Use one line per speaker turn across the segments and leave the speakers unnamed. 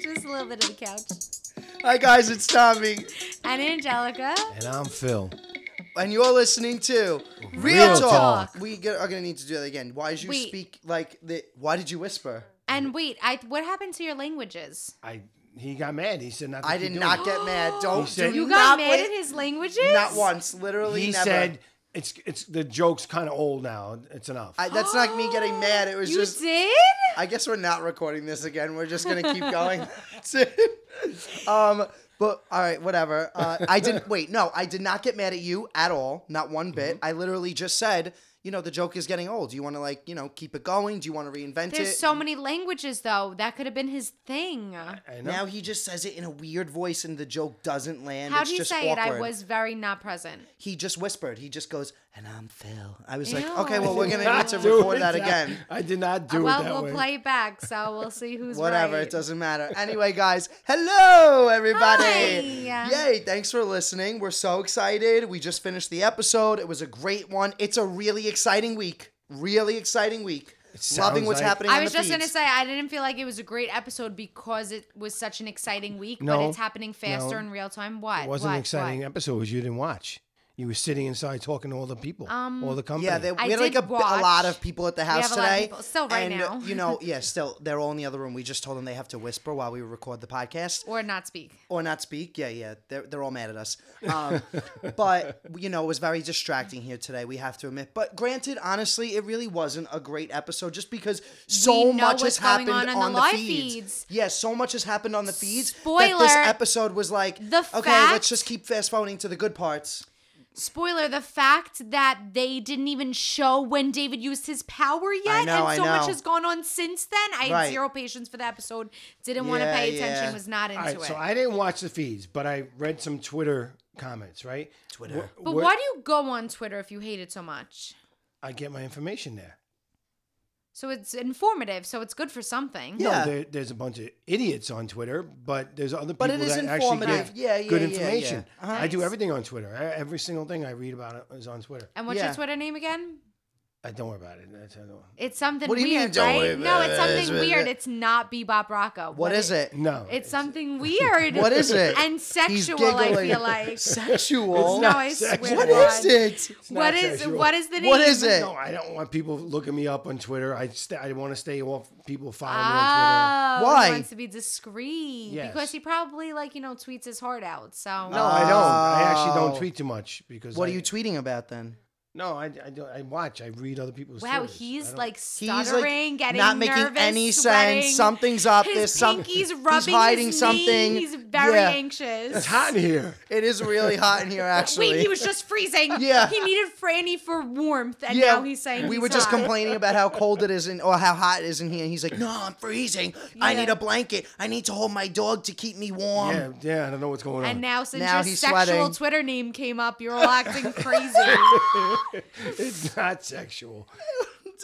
Just a little bit of the couch.
Hi, guys, it's Tommy.
And Angelica.
And I'm Phil.
And you're listening to Real,
Real
Talk.
Talk.
We get, are going to need to do that again. Why did you
Wait.
speak like the. Why did you whisper?
And wait, I what happened to your languages?
I he got mad. He said not. To
I
keep
did
doing
not
it.
get mad. Don't.
He said-
do
You got
not
mad
wait-
at his languages?
Not once. Literally
He
never.
said it's it's the joke's kind of old now. It's enough.
I, that's not me getting mad. It was
Oh, You
just.
did?
I guess we're not recording this again. We're just gonna keep going. um, but all right, whatever. Uh, I didn't wait. No, I did not get mad at you at all. Not
Mm-hmm.
one bit. I literally just said, you know, the joke is getting old. Do you want to like, you know, keep it going? Do you want to reinvent
There's
it?
so many languages though. That could have been his thing.
I know.
now he just says it in a weird voice, and the joke doesn't land.
How'd
it's
you
just
say it? I
awkward.
was very not present.
He just whispered. He just goes, "And I'm Phil." I was like,
Ew.
okay, well, we're gonna need
Not
to
do
record
it
that again.
I did not do
well,
it that
we'll
way.
play it back, so we'll see who's
Whatever,
right.
it doesn't matter. Anyway, guys, hello everybody.
Hi.
Yay, thanks for listening. We're so excited. We just finished the episode. It was a great one. It's a really exciting week. Really exciting week.
sounds
Loving what's
like-
happening.
I
on
was
the
just gonna
feeds.
say I didn't feel like it was a great episode because it was such an exciting week, but
No,
it's happening faster
no.
in real time. What?
It wasn't
what,
an exciting
What?
episode. 'cause You didn't watch. You were sitting inside talking to all the people,
Um,
all the company.
Yeah, they, we
I
had like a,
did
b- a lot
watch.
of people at the
have
house
a lot of
today.
people. Still right
and,
now.
you know, yeah, still they're all in the other room. We just told them they have to whisper while we record the podcast.
Or not speak.
or not speak. Yeah, yeah, they're, they're all mad at us. Um, but you know, it was very distracting here today. We have to admit. But granted, honestly, it really wasn't a great episode, just because so
know
much has
what's going
happened
on
on,
on the
the,
live
feeds.
feeds.
Yeah, so much has happened on the feeds. That this
Spoiler,
episode was like,
the
okay, let's
fact-
just keep fast forwarding to the good parts.
Spoiler: the fact that they didn't even show when David used his power yet,
know, I
and so much
know.
has gone on since then. I
Right.
had zero patience for the episode. Didn't want to
Yeah,
pay attention.
yeah.
Was not into
All right,
it.
so I didn't watch the feeds, but I read some Twitter comments. Right,
Twitter.
Wh-
but
wh-
why do you go on Twitter if you hate it so much?
I get my information there?
So it's informative. So it's good for something.
Yeah.
No, there, there's a bunch of idiots on Twitter, but there's other people
But it is
that actually
informative.
give
Yeah, yeah,
good
yeah,
information.
yeah. Uh-huh.
I do
Nice.
everything on Twitter. I, every single thing I read about it is on Twitter.
And what's
Yeah.
your Twitter name again?
I don't worry about it. That's, I don't,
It's something
What do you mean
weird,
don't worry
right? No,
about
it's
it? It's
something
with
weird.
it.
It's not Bebop Rocco.
What is it?
no,
It's something weird.
What is it?
And
He's
sexual. I
giggling.
feel like.
Sexual.
No, I swear.
sexual.
to
what
God.
is it?
What
not
is
sexual.
what is the name?
What is it?
No, I don't want people looking me up on Twitter. I st- I want to stay off people following me on
Oh,
Why?
He wants to be discreet
Yes.
because he probably like you know tweets his heart out. So
Twitter. No, I don't. I actually
Oh.
don't tweet too much because
What
I,
are you tweeting about then?
No, I, I do I watch. I read other people's.
wow,
Twitters. I
he's
don't-
like
He's like
stuttering, getting
not making
nervous,
any
sweating.
sense. Something's up.
His
There's some-
pinky's
he's
rubbing his
hiding
knee.
something.
He's very
Yeah.
anxious.
It's hot in here.
It is really hot in here, actually.
Wait, he was just freezing.
Yeah.
he needed Franny for warmth, and now he's saying
we
he's
were just
hot.
complaining about how cold it is in, or how hot it is in here. And he's like, "No, I'm freezing. I
Yeah.
need a blanket. I need to hold my dog to keep me warm."
Yeah, yeah. I don't know what's going on.
And now, since
Now
your
he's
sexual
sweating.
Twitter name came up, you're all acting crazy.
it's not sexual.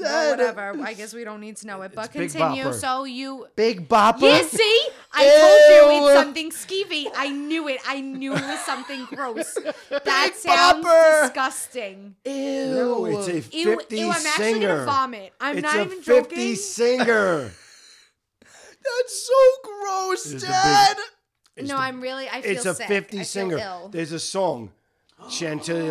well, whatever. I guess we don't need to know it. But
Big
continue.
Bopper.
So you
Big Bopper.
Yeah, see? I told you
Ew.
it's something skeevy. I knew it. I knew it was something gross. That
Big
sounds
bopper.
disgusting.
Ew.
No, it's a fifty
Ew, ew, I'm actually
singer.
gonna vomit. I'm
it's
not
a
even
fifty
joking.
singer.
That's so gross,
It's a big-
Dad.
It's
no,
the-
I'm really I feel
It's a
sick. I
fifty
feel
singer.
ill.
There's a song, Chantilly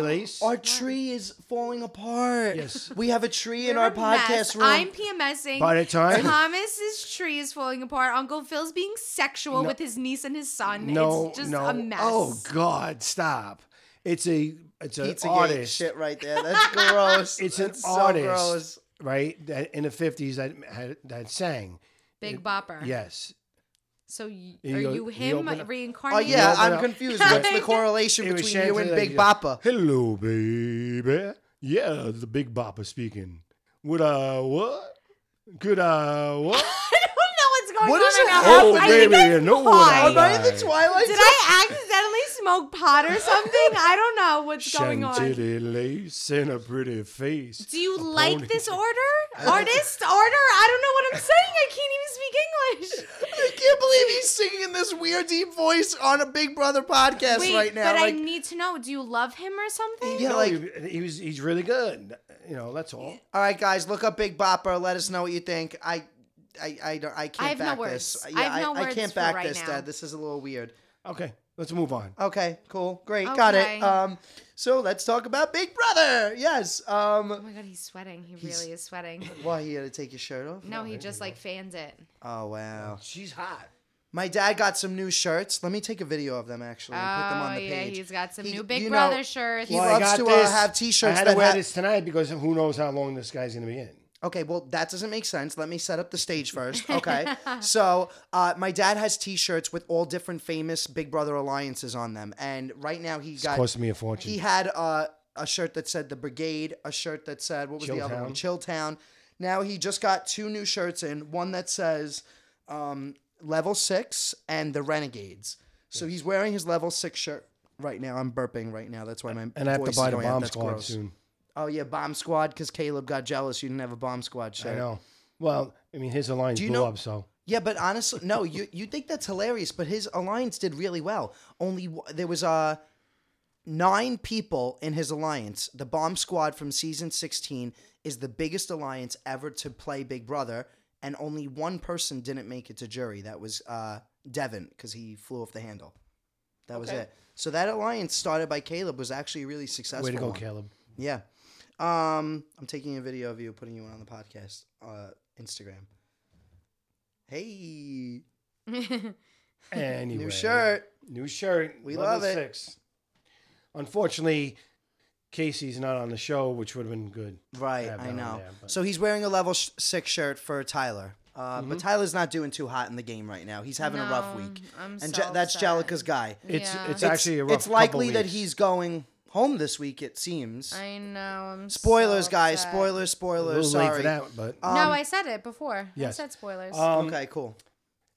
Lace.
Our tree is falling apart.
Yes.
We have a tree in
You're
our
a mess.
podcast room.
I'm PMSing.
By the time-
Thomas's tree is falling apart. Uncle Phil's being sexual
No.
with his niece and his son.
no,
it's just
no.
a mess.
Oh God, stop! It's a it's an
Pizza
artist,
shit right there. That's gross.
It's an
That's
artist.
So gross.
right? That in the fifties that had, that sang.
Big bopper.
Yes,
So y-
You
are
go-
you
you
him
open up-
Oh
reincarnated?
yeah,
open
I'm
up-
confused. What's the correlation
It was
between you and
Chantilly
Big
Lace.
Bopper?
Hello, baby. Yeah, the Big Bopper speaking. Would I what? Could I what?
I don't know what's going
What
on
is
right
it
now.
happening?
oh,
I think
baby,
I
you know what I
Am
Am I
like.
in the Twilight
Did
Zone?
I accidentally smoke pot or something? I don't know what's going on.
Chantilly lace and a pretty face.
Do you
A
like
pony-
this order? Artist order? I don't know what I'm saying. I can't even speak English.
can't believe he's singing in this weird deep voice on a Big Brother podcast
Wait,
right now.
but
like,
I need to know. Do you love him or something?
Yeah,
No,
like-
he, he was he's really good. You know, that's all.
all right, guys, look up Big Bopper. Let us know what you think. I, I, I don't. I can't
have no
back
words.
this.
I
Yeah,
have no
I
words
can't
for
back
right
this,
now.
Dad. This is a little weird.
Okay, let's move on.
Okay, cool, great, got
Okay.
it. Um, so let's talk about Big Brother. Yes.
Oh
Um,
my god, he's sweating. He really is sweating.
why you had to take your shirt off?
No, he just like fans it.
Oh wow.
She's hot.
My dad got some new shirts. Let me take a video of them actually and put them on
Oh
the
yeah,
page.
he's got some
He-
new Big
you know,
Brother shirts.
he
I
loves
got
to, uh,
this.
have t-shirts
I had
that
to wear
ha-
this tonight because who knows how long this guy's gonna be in.
Okay, well, that doesn't make sense. Let me set up the stage first. Okay. so, uh, my dad has t shirts with all different famous Big Brother alliances on them. And right now, he
It's
got.
cost me a fortune.
He had uh, a shirt that said The Brigade, a shirt that said, what was the other one? Chilltown. Now, he just got two new shirts in one that says um, Level 6 and The Renegades. So, he's wearing his Level 6 shirt right now. I'm burping right now. That's why my
and I have
voice
to
is
buy the
going out.
bomb
That's
squad
gross.
soon.
Oh, yeah, Bomb Squad, because Caleb got jealous. You didn't have a Bomb Squad shirt.
I know. Well, I mean, his alliance
you
blew
know-
up, so
Yeah, but honestly, no. You you think that's hilarious, but his alliance did really well. Only w- there was uh nine people in his alliance. The bomb squad from season sixteen is the biggest alliance ever to play Big Brother, and only one person didn't make it to jury. That was uh Devin because he flew off the handle. That was it. So that alliance started by Caleb was actually a really successful.
way to go,
one.
Caleb.
Yeah. Um, I'm taking a video of you putting you on the podcast, uh, Instagram. Hey,
Anyway,
new shirt.
New shirt.
We
level
love it.
Six. Unfortunately, Casey's not on the show, which would have been good.
Right,
Yeah,
I
but,
know.
yeah, but-
so he's wearing a level sh- six shirt for Tyler. Uh,
Mm-hmm.
But Tyler's not doing too hot in the game right now. He's having a rough
No,
week,
I'm
and
so
Ja- that's
upset.
Jalica's guy.
It's
Yeah.
it's actually a rough.
it's likely
couple
that
weeks.
he's going home this week. It seems.
I know. I'm so
spoilers, guys.
upset.
Spoilers,
a
spoilers.
little
Sorry. Uh,
late for that, but
no,
Um,
I said it before.
yes.
I said spoilers.
um,
okay, cool.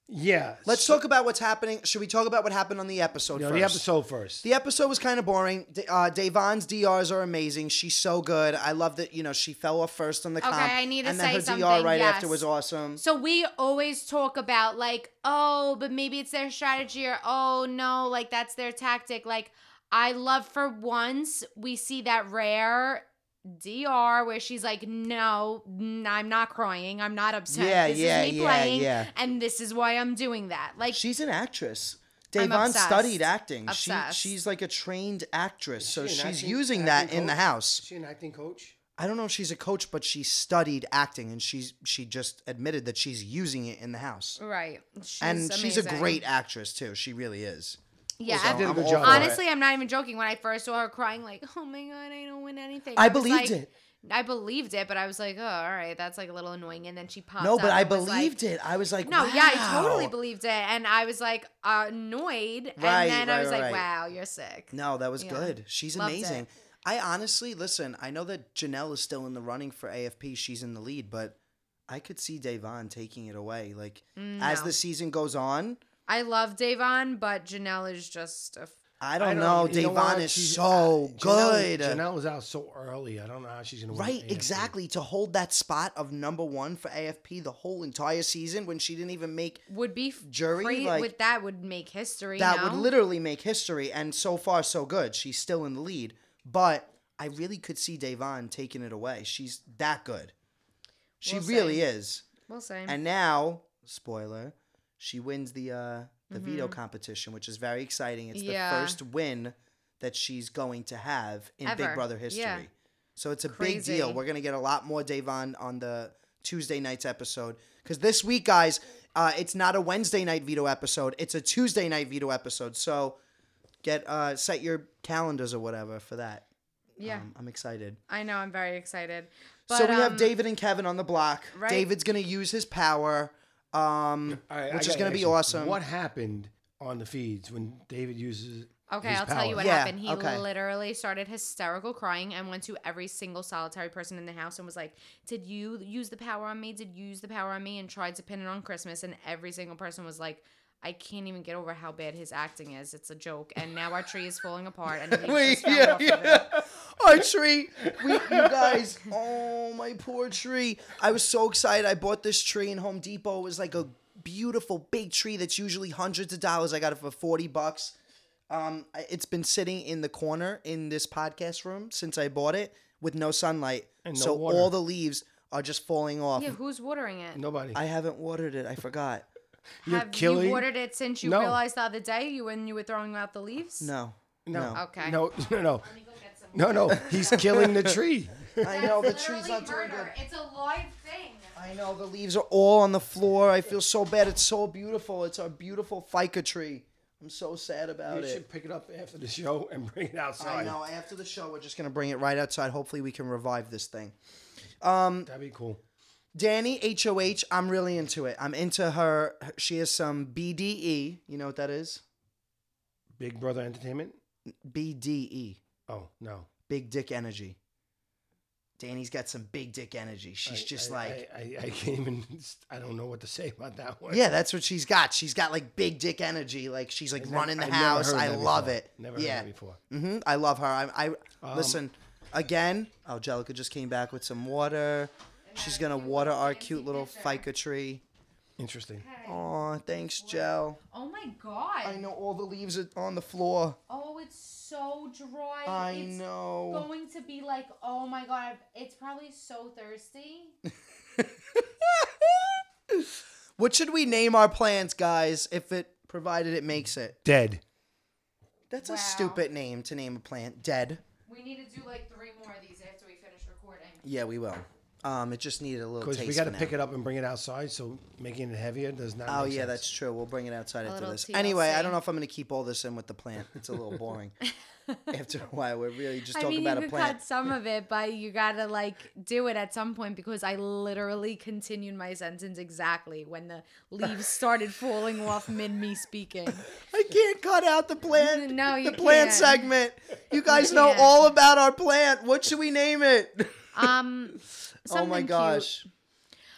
yeah.
Let's
so-
talk about what's happening. Should we talk about what happened on the episode
no,
first?
the episode first.
The episode was kind of boring. D- Uh, Davon's DRs are amazing. She's so good. I love that. You know, she fell off first on the
Okay,
comp.
I need to
and then
say
her DR
something,
right
yes.
after was awesome.
so we always talk about like, oh, but maybe it's their strategy or oh no, like that's their tactic. Like I love for once we see that rare DR where she's like, no, n- I'm not crying. I'm not upset.
Yeah,
this
yeah,
is me
yeah,
playing,
yeah.
and this is why I'm doing that. Like
She's an actress.
I'm
Davon
obsessed.
studied acting. She,
Obsessed.
she's like a trained actress, so
Is she an
she's
acting-
using
acting
that in the
coach? Is
house.
she an acting coach?
I don't know if she's a coach, but she studied acting, and she's she just admitted that she's using it in the house.
right, she's
and she's a
amazing.
great actress too. She really is.
yeah.
So
I've-
did a
I'm
good
all
job.
for it.
Honestly, I'm not even joking. When I first saw her crying, like, oh my god, I don't win anything.
I
was like-
believed it.
I believed it, but I was like, oh, all right, that's like a little annoying. And then she popped.
No, but
up
I
and was like-
believed it. I was like,
No, yeah, I totally
wow.
believed it, and I was like annoyed,
Right,
and then
right,
I was
right,
like,
right.
wow, you're sick.
No, that was
Yeah.
good. She's
Loved it.
amazing. I honestly listen. I know that Janelle is still in the running for AFP. She's in the lead, but I could see Davon taking it away. Like as
Mm, no.
the season goes on,
I love Davon, but Janelle is just a. F-
I don't, know.
you
Davon
what?
is
She's- uh,
so
Janelle-
good.
Janelle was out so early. I don't know how she's gonna. win
Right,
AFC.
exactly. To hold that spot of number one for AFP the whole entire season when she didn't even make
would be f-
Jury,
cra-
like-
with that would make history.
that
no?
would literally make history. And so far, so good. She's still in the lead, but I really could see Davon taking it away. She's that good. She
We'll see.
really is.
We'll see.
And now, spoiler, she wins the uh, the veto competition, which is very exciting. It's
Mm-hmm. Yeah.
the first win that she's going to have in Big
Ever.
Brother history.
Yeah.
So it's a big deal.
Crazy.
We're gonna get a lot more Davon on the Tuesday night's episode because this week, guys, uh, it's not a Wednesday night veto episode. It's a Tuesday night veto episode. So get uh, set your calendars or whatever for that.
yeah,
Um, I'm excited.
I know. I'm very excited. But,
so we have
um,
David and Kevin on the block.
right.
David's gonna use his power, um,
All right, I
which is
gotta
gonna be
ask you,
awesome.
What happened on the feeds when David uses?
Okay,
his
I'll tell you
power?
what
Yeah,
happened. He
okay.
literally started hysterical crying and went to every single solitary person in the house and was like, "Did you use the power on me? Did you use the power on me?" and tried to pin it on Christmas and every single person was like, "I can't even get over how bad his acting is. It's a joke." And now our tree is falling apart and he
Wait,
just fell
yeah,
off of it.
yeah. Our tree. We, you guys, oh, my poor tree. I was so excited. I bought this tree in Home Depot. It was like a beautiful big tree that's usually hundreds of dollars. I got it for 40 bucks. Um, I- it's been sitting in the corner in this podcast room since I bought it with no sunlight.
And no
so
water.
all the leaves are just falling off.
Yeah, who's watering it?
Nobody.
I haven't watered it. I forgot.
You're
Have
killing.
you watered it since you
No.
realized the other day you when you were throwing out the leaves?
No.
no.
No.
Okay.
No. No. No.
Let me go get some.
No. No. He's killing the tree.
I know the tree's not doing good.
It's a live thing.
I know the leaves are all on the floor. I feel so bad. It's so beautiful. It's our beautiful fica tree. I'm so sad about
You
it.
should pick it up after the show and bring it outside.
I know. After the show, we're just gonna bring it right outside. Hopefully, we can revive this thing.
That'd be cool.
Danny H O H. I'm really into it. I'm into her. She has some BDE. You know what that is?
Big Brother Entertainment.
BDE.
Oh no.
E. Big dick energy. Danny's got some big dick energy. She's
I-
just
I-
like.
I, I, I can't even. I don't know what to say about that one.
Yeah, that's what she's got. She's got like big dick energy. Like she's like
I've never-
running the
I've never
house.
heard
I
that
love
before.
it.
Never
yeah.
heard that before.
hmm I love her. I, I
Um,
listen again. Oh, Jellica just came back with some water. She's gonna water our cute little fica tree.
Interesting.
Aw, thanks, Jel.
Oh my god.
I know all the leaves are on the floor.
Oh, it's so dry.
I
it's
know.
going to be like, oh my god, it's probably so thirsty.
What should we name our plants, guys? If it provided it makes it.
Dead.
That's
Wow.
a stupid name to name a plant. Dead.
We need to do like three more of these after we finish recording.
Yeah, we will. Um, it just needed a little
Because
taste.
we got to
for now.
pick it up and bring it outside, so making it heavier does not.
Oh
make
yeah,
sense.
that's true. We'll bring it outside after
little
this. Anyway, I
TLC.
don't know if I'm gonna keep all this in with the plant. It's a little boring. after a while, we're really just
I
talking
mean,
about
you
a
could
plant.
cut some of it, but you gotta like do it at some point because I literally continued my sentence exactly when the leaves started falling off mid me speaking.
I can't cut out the plant.
No, you
the plant
can't.
segment. You guys know
can't.
all about our plant. What should we name it?
Um,
oh
something
my
cute.
gosh.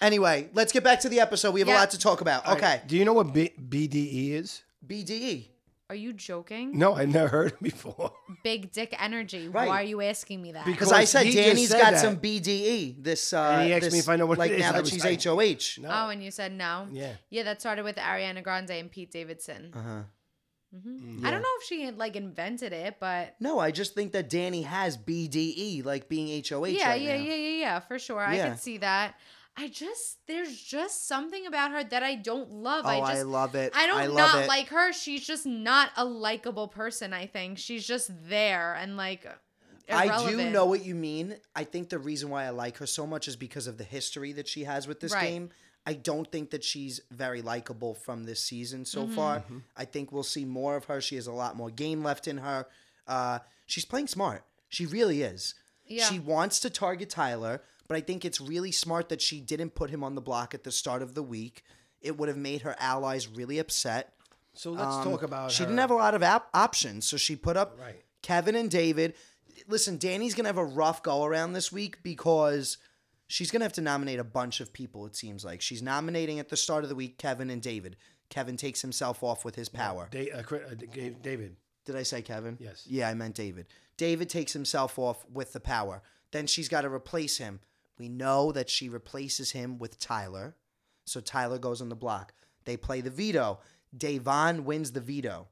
Anyway, let's get back to the episode. We have a
Yeah.
lot to talk about.
All right,
Okay, E.
Do you know what B- BDE is?
BDE.
Are you joking?
No, I never heard it before.
Big dick energy.
Right.
Why are you asking me that?
Because
Because
I said
he just
Danny's
said
got
that.
some BDE. This uh,
And he asked
this-
me if I know what it
like
is,
now
and I
that
was
she's
like-
HOH.
No.
oh, and you said no.
Yeah.
Yeah, that started with Ariana Grande and Pete Davidson.
Uh huh.
I don't know if she had, like invented it, but
No, I just think that Danny has BDE, like being HOH.
yeah,
right
yeah,
now.
yeah, yeah, yeah, for sure. I
Yeah.
could see that. I just there's just something about her that I don't love.
Oh,
I
I,
just
love it.
I don't
love
not
it.
like her. She's just not a likable person. I think she's just there and like.
I do
irrelevant.
know what you mean. I think the reason why I like her so much is because of the history that she has with this
Right.
game. I don't think that she's very likable from this season so
Mm-hmm.
far. I think we'll see more of her. She has a lot more game left in her. Uh, she's playing smart. She really is.
Yeah.
She wants to target Tyler, but I think it's really smart that she didn't put him on the block at the start of the week. It would have made her allies really upset.
So let's
Um,
talk about.
She
her.
didn't have a lot of op- options, so she put up
Right.
Kevin and David. Listen, Danny's gonna have a rough go around this week because she's gonna have to nominate a bunch of people. It seems like she's nominating at the start of the week Kevin and David. Kevin takes himself off with his power.
Da- uh, Cri- uh, Da- David.
Did I say Kevin?
Yes.
Yeah, I meant David. David takes himself off with the power. Then she's got to replace him. We know that she replaces him with Tyler. So Tyler goes on the block. They play the veto. Davon wins the veto.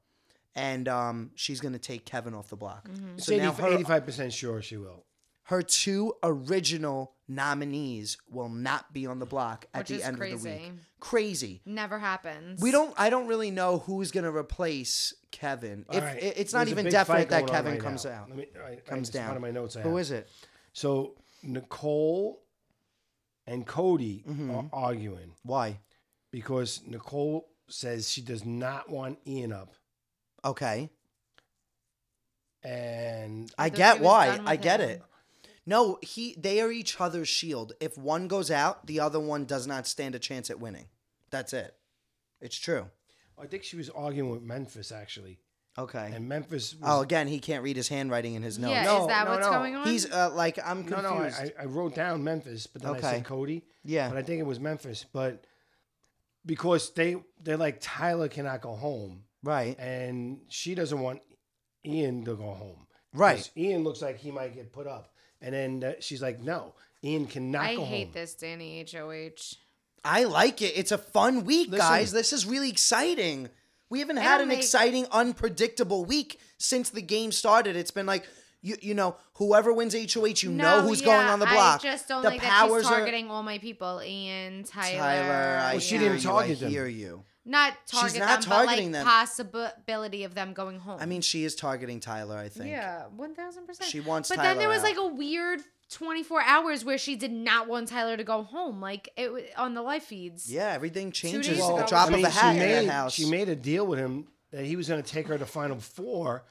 And um, she's going to take Kevin off the block.
Mm-hmm.
It's
So now her,
eighty-five percent sure she will.
her two original nominees will not be on the block at
Which
the
is
end of the week.
crazy.
Crazy.
Never happens.
We don't. I don't really know who's going to replace Kevin.
All
if
right,
it, it's not
there's a
even
big
definite
fight
that
going on
Kevin
right
comes
now.
out.
Let me, I,
comes
I, it's
down.
One of my notes. I
Who
have.
is it?
So Nicole and Cody
Mm-hmm.
are arguing
Why?
because Nicole says she does not want Ian up,
Okay.
and
I
thought
get
he was
why.
done with
I get
him.
it. No, he they are each other's shield. If one goes out, the other one does not stand a chance at winning. That's it. It's true.
I think she was arguing with Memphis actually,
Okay.
and Memphis.
oh,
Was,
again, he can't read his handwriting in his notes.
Yeah,
No,
is that
no,
what's
no.
going on?
He's uh, like I'm
no,
confused.
no, I, I- I wrote down Memphis, but then I
Okay.
said Cody.
yeah.
but I think it was Memphis. But because they they're like Tyler cannot go home,
right.
and she doesn't want Ian to go home.
Right.
'Cause Ian looks like he might get put up, and then uh, she's like, "No, Ian cannot
I
go
hate
home."
this Danny H O H.
I like it. It's a fun week,
Listen.
guys. This is really exciting. We haven't had
don't
an
make-
exciting, unpredictable week since the game started. It's been like you you know, whoever wins HOH, you know
No,
who's
yeah,
going on the block.
I just don't
the
like that she's
powers are-
targeting all my people and Tyler.
Tyler, I
yeah.
Well, she
hear
didn't
you,
target
I
them.
hear you.
not target
not
them,
targeting
but
them.
like possibility of them going home.
I mean, she is targeting Tyler, I think.
yeah, one thousand percent.
She wants
But then
Tyler
there was
out.
like a weird twenty four hours where she did not want Tyler to go home, like it wa- on the live feeds.
Yeah, everything changes
days
at
ago,
the
I
drop
mean,
of a
she
hat
she
in
made,
that house.
She made a deal with him that he was going to take her to Final Four,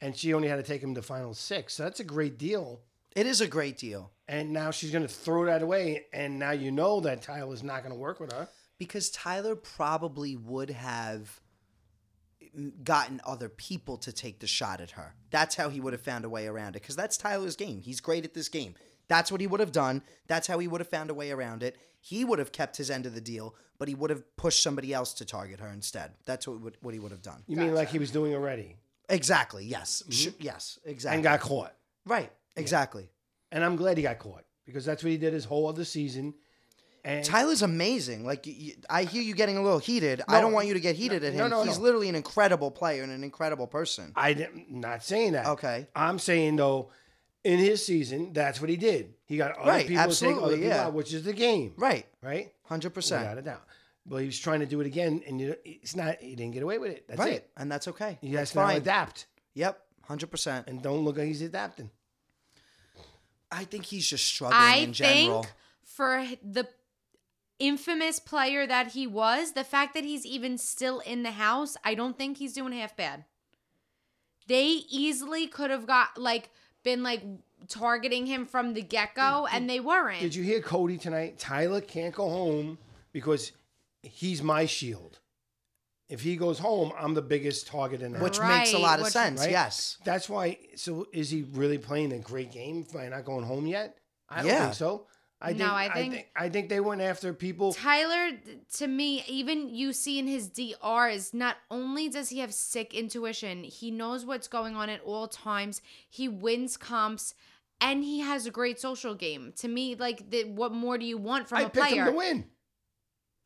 and she only had to take him to Final Six. So that's a great deal.
it is a great deal
And now she's going to throw that away, and now you know that Tyler's not going to work with her.
because Tyler probably would have gotten other people to take the shot at her. That's how he would have found a way around it because that's Tyler's game. He's great at this game. That's what he would have done. That's how he would have found a way around it. He would have kept his end of the deal, but he would have pushed somebody else to target her instead. That's what would, what he would have done.
You mean like he was doing already
Exactly. Yes. Sh- yes. Exactly.
Mm-hmm. and got caught?
right. Exactly.
And I'm glad he got caught because that's what he did his whole other season. And
Tyler's amazing. Like y y I I hear you getting a little heated. I
No.
don't want you to get heated at him.
no, no,
He's
no.
literally an incredible player and an incredible person.
I didn't, not saying that.
Okay.
I'm saying though, in his season, that's what he did. He got other
Right,
people to take other
absolutely,
people
yeah.
out, which is the game,
Right.
right?
Hundred
Without
percent.
a doubt. But he was trying to do it again, and you- it's not. He didn't get away with it. That's
Right.
it.
And that's okay.
He
that's
has to now
fine.
adapt,
Yep. Hundred percent.
and don't look like he's adapting.
I think he's just struggling
I
in general.
think for h- the infamous player that he was, the fact that he's even still in the house, I don't think he's doing half bad. They easily could have got like been like targeting him from the get go, and they weren't.
Did you hear Cody tonight? Tyler can't go home because he's my shield. If he goes home, I'm the biggest target in the
which
house,
makes a
Right,
lot of
which-
sense.
right?
Yes.
That's why. So is he really playing a great game by not going home yet? I don't
Yeah.
think so. I
No,
think,
I
I
think-
think I think they went after people.
Tyler, th- to me, even you see in his DRs, not only does he have sick intuition, he knows what's going on at all times. He wins comps, and he has a great social game. To me, like, the, what more do you want from
I
a
picked him
player?
to win.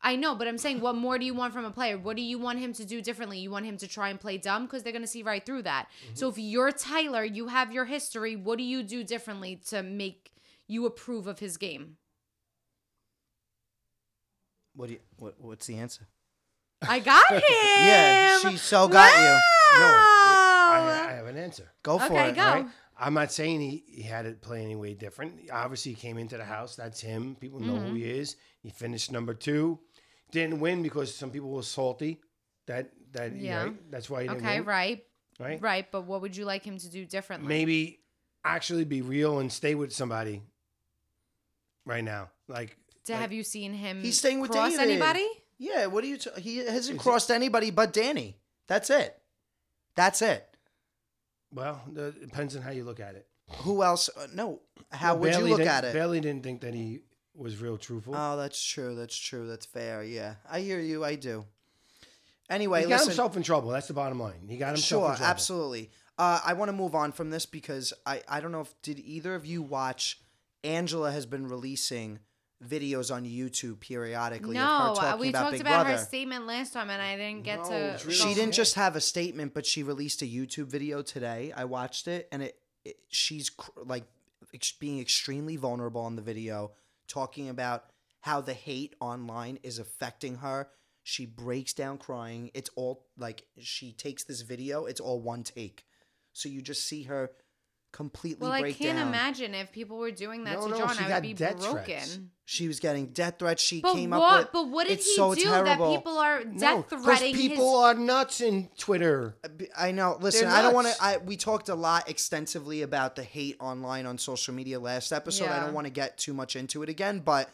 I know, but I'm saying, what more do you want from a player? What do you want him to do differently? You want him to try and play dumb because they're going to see right through that.
Mm-hmm.
So if you're Tyler, you have your history. What do you do differently to make you approve of his game?
What do you? What, what's the answer?
I got him.
Yeah, she so got you.
No,
Wow.
I, I have an answer.
Go for
okay,
it.
go.
Right? I'm not saying he, he had it play any way different. Obviously, he came into the house. That's him. People know
Mm-hmm.
who he is. He finished number two. Didn't win because some people were salty. That that
Yeah.
yeah. That's why he didn't
Okay,
win.
right,
Right.
right. But what would you like him to do differently?
maybe actually be real and stay with somebody right now. Like
to have you seen him?
He's staying with
cross
David.
anybody.
Yeah. What do you? T- he hasn't
Is it-
crossed anybody but Danny. That's it. That's it.
well, the- depends on how you look at it.
Who else? Uh, no. How
Well,
would
Bailey
you look
didn't-
at it?
Bailey didn't think that he was real truthful.
Oh, that's true. That's true. That's fair. Yeah, I hear you. I do. Anyway,
he got
listen.
himself in trouble. That's the bottom line. He got himself
sure,
in trouble.
absolutely. Uh, I want to move on from this because I I don't know if did either of you watch. Angela has been releasing videos on YouTube periodically
No, uh,
of her talking
we
about
talked
Big
about
Brother.
her statement last time, and I didn't get
No,
to.
it's really
she
go-
didn't just have a statement, but she released a YouTube video today. I watched it, and it, it she's cr- like ex- being extremely vulnerable in the video, talking about how the hate online is affecting her. She breaks down crying. It's all like she takes this video. It's all one take, so you just see her completely
Well, I
break
can't
down.
imagine if people were doing that
No,
to
no,
John,
she
I
got
would be
death
broken.
threats.
She was getting death threats. She
But
came
what?
up with.
but what did
it's
he
so
do
terrible.
that people are
No,
death
'cause
threading his?
people are nuts in Twitter.
B- I know. Listen,
They're
I don't want
nuts.
to. I we talked a lot extensively about the hate online on social media last episode. I
Yeah.
don't want to get too much into it again, but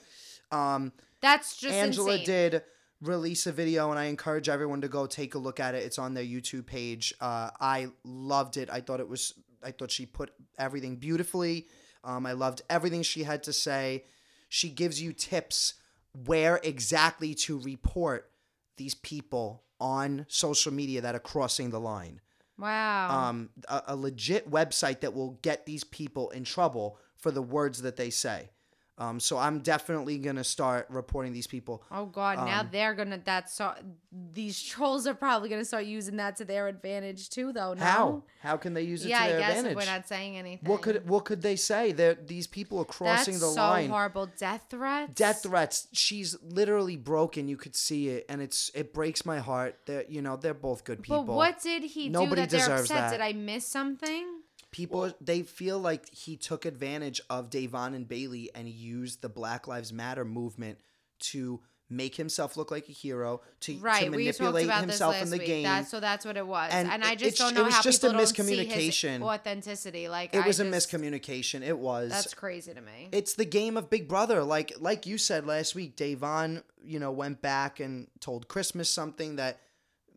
um,
That's just
Angela
insane.
did release a video, and I encourage everyone to go take a look at it. It's on their YouTube page. Uh, I loved it. I thought it was. I thought she put everything beautifully. Um, I loved everything she had to say. She gives you tips where exactly to report these people on social media that are crossing the line
Wow.
um, a, a legit website that will get these people in trouble for the words that they say. Um, so I'm definitely gonna start reporting these people.
Oh God! now
Um,
they're gonna that's so, these trolls are probably gonna start using that to their advantage too, though. No?
How? How can they use it
Yeah,
to
I
their
guess if
advantage?
we're not saying anything.
what could what could they say? They're, these people are crossing
that's
the
so
line.
horrible. Death threats.
Death threats. She's literally broken. You could see it, and it's it breaks my heart. That you know they're both good people.
But what did he
Nobody
do that they're
deserves
upset?
that.
Did I miss something?
people they feel like he took advantage of Davon and Bailey and used the Black Lives Matter movement to make himself look like a hero to, to
Right, we talked
manipulate
about this
himself
last
in the
week.
game.
That's, so that's what it was,
And
and,
it-
I just
it's-
don't
it
know
was
how
just a
people don't see
miscommunication.
his authenticity. Like
it was
I
a
just,
miscommunication. It was.
That's crazy to me.
it's the game of Big Brother. Like like you said last week, Davon, you know, went back and told Christmas something that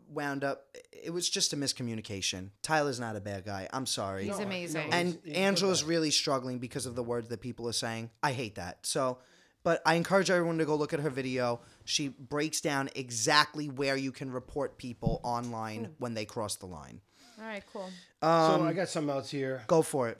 wound up it was just a miscommunication. Tyler's not a bad guy. I'm sorry.
He's amazing.
and Angela's really struggling because of the words that people are saying. I hate that. So, but I encourage everyone to go look at her video. She breaks down exactly where you can report people online when they cross the line. Um,
All right, cool.
Hmm. so I got something else here. Um,
Go for it.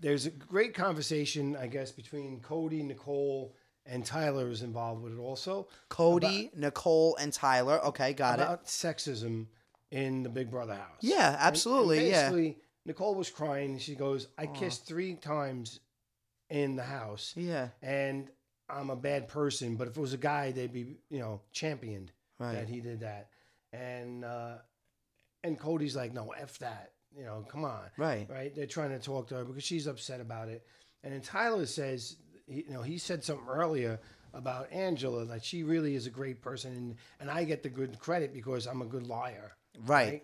There's a great conversation, I guess, between Cody, Nicole, and Tyler is involved with it also
Cody, Nicole, and Tyler. Okay, got it.
about sexism in the Big Brother house.
Yeah, absolutely. yeah.
Basically, Nicole was crying. and She goes, "I kissed three times in the house,
Yeah.
and I'm a bad person. But if it was a guy, they'd be, you know, championed
Right.
that he did that." And uh, and Cody's like, "No, f that. You know, come on."
Right.
right? They're trying to talk to her because she's upset about it. And then Tyler says, he- you know, he said something earlier about Angela that she really is a great person, and, and I get the good credit because I'm a good liar.
Right.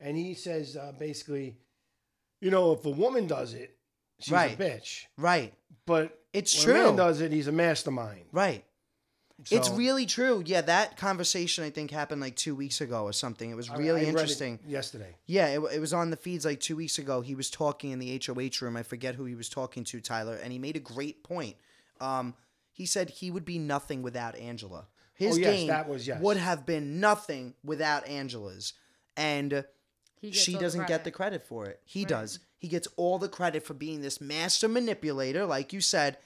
And he says uh, basically, you know, if a woman does it, she's
Right.
a bitch.
Right.
But
It's
when
true.
a man does it, he's a mastermind.
Right. It's
So-
really true. Yeah, that conversation I think happened like two weeks ago or something. It was
I-
really
I read it
interesting.
yesterday.
Yeah, it, it was on the feeds like two weeks ago. He was talking in the HOH room. I forget who he was talking to, Tyler, and he made a great point. Um, he said he would be nothing without Angela. His
Oh, yes,
game
that was- yes.
would have been nothing without Angela's, and
He gets
she
all
doesn't get the
credit.
credit for it. He does. He gets all the credit for being this master manipulator, like you said,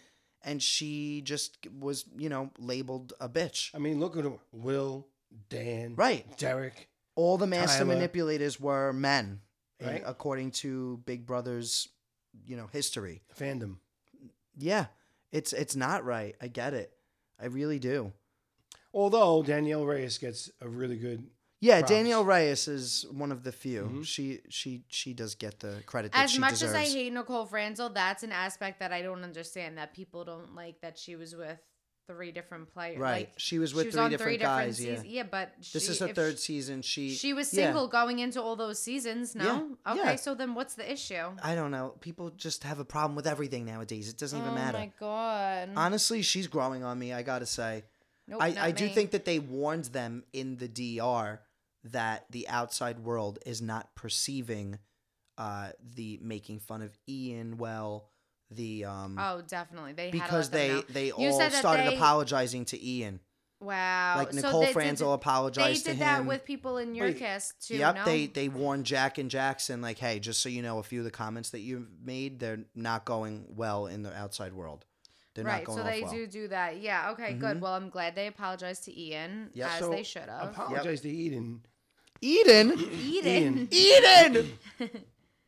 and she just was, you know, labeled a bitch.
I mean, look at him. Will, Dan,
Right.
Derek.
all the master
Tyler.
manipulators were men, eh,
Right.
according to Big Brother's, you know, history.
Fandom.
Yeah, it's it's not right. I get it. I really do.
Although Danielle Reyes gets a really good
Yeah,
Props. Mm-hmm.
Danielle Reyes is one of the few. She she she does get the credit that
As
she
much
deserves.
as I hate Nicole Franzel, that's an aspect that I don't understand. That people don't like that she was with three different players.
right,
Like,
she was with
she was
three
on
different
three
guys.
different seasons.
yeah,
Yeah, but
this
she-
is her
if
third
she-
season. She
She was
yeah.
single going into all those seasons. No,
Yeah,
okay.
yeah.
So then, what's the issue?
I don't know. People just have a problem with everything nowadays. It doesn't even
oh
matter.
my god!
Honestly, she's growing on me. I gotta say.
Nope,
I,
not
I do
me.
think that they warned them in the DR that the outside world is not perceiving uh, the making fun of Ian well, the um,
Oh, definitely. They
because
had to let
they
them know.
they
You
all
said that
started
they-
apologizing to Ian.
Wow.
Like
So
Nicole
they did-
Franzel apologized
They
to
did that
him.
with people in your
Wait.
cast too.
yep,
no?
they they warned Jack and Jackson like, hey, just so you know, a few of the comments that you've made, they're not going well in the outside world. They're
right.
not going
so
off
they
well.
do do that. Yeah. Okay. Good. Well, I'm glad they apologized to Ian
Mm-hmm. Oh, Yep.
as
So,
they should have.
Apologize to Eden.
Eden,
Eden.
Eden.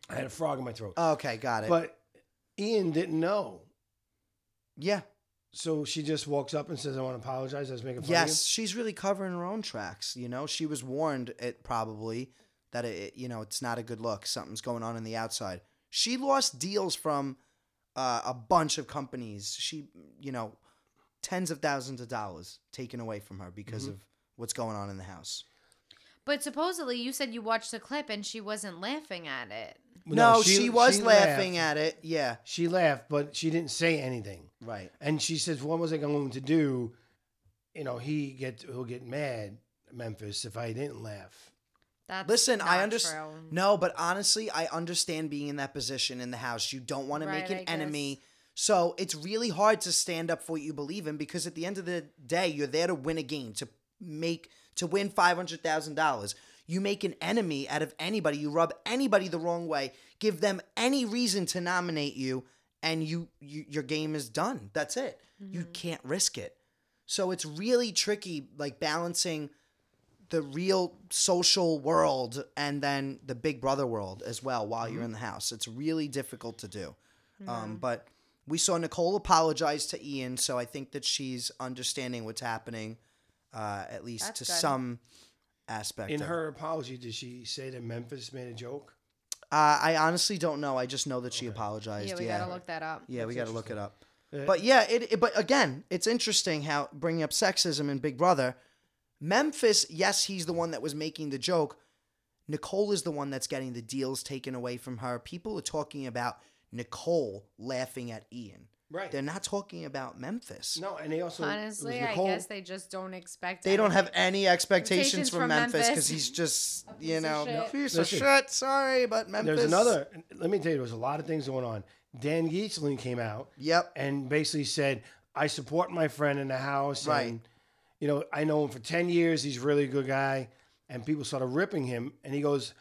I had a frog in my throat.
okay, got it.
but Ian didn't know.
yeah,
So she just walks up and says, I want to apologize. I was making fun
Yes, she's really covering her own tracks. You know, she was warned it probably that it, you know it's not a good look. Something's going on in the outside. She lost deals from uh, a bunch of companies. She, you know, tens of thousands of dollars taken away from her because of what's going on in the house.
But supposedly you said you watched the clip and she wasn't laughing at it.
of you.
No, she, was laughing at
laughed.
it. Yeah,
She laughed, but she didn't say anything.
right.
And she says, What was I going to do? You know, he get he'll get mad, Memphis, if I didn't laugh.
That's
Listen, I
not
understand.
true.
No, but honestly, I understand being in that position in the house. You don't want to make
Right,
an
I
enemy. So it's really hard to stand up for what you believe in because at the end of the day, you're there to win a game, to make to win five hundred thousand dollars. You make an enemy out of anybody. You rub anybody the wrong way. Give them any reason to nominate you, and you, you your game is done. That's it.
Mm-hmm.
You can't risk it. So it's really tricky, like balancing the real social world and then the Big Brother world as well while you're in the house. It's really difficult to do. Um, but we saw Nicole apologize to Ian, so I think that she's understanding what's happening, uh, at least
That's
to
good.
some aspect.
In
of it.
her apology, did she say that Memphis made a joke?
Uh, I honestly don't know. I just know that she apologized.
Yeah,
Yeah,
we gotta look that up.
yeah, we got to look it up. But yeah, it, it. But again, it's interesting how bringing up sexism in Big Brother, Memphis. Yes, he's the one that was making the joke. Nicole is the one that's getting the deals taken away from her. People are talking about Nicole laughing at Ian.
Right.
They're not talking about Memphis.
no, and they also it was
Honestly, I
Nicole-
guess they just don't expect.
They don't have any
Expectations
expectations from
from
Memphis
Memphis.
because he's just, you
of
know,
shit.
piece
Listen.
of shit. Sorry, but Memphis.
There's another. Let me tell you, there was a lot of things going on. Dan Geetzling came out
Yep.
and basically said, "I support my friend in the house,
Right.
And, you know, I know him for ten years. He's a really good guy." And people started ripping him, and he goes,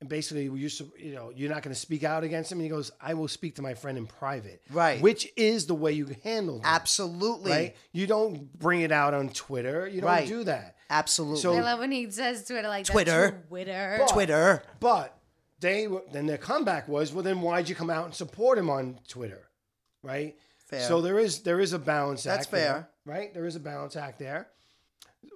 and basically, you su- you know, you're not going to speak out against him. And he goes, "I will speak to my friend in private."
Right.
Which is the way you handle them,
Absolutely.
right? You don't bring it out on Twitter. You don't
Right.
do that.
Absolutely.
I
So-
love when he says Twitter like that,
Twitter.
Twitter.
Twitter.
But they were- then their comeback was, well, then why'd you come out and support him on Twitter, right?
Fair.
So there is there is a balance
That's
act. there,
fair.
right? There is a balance act there.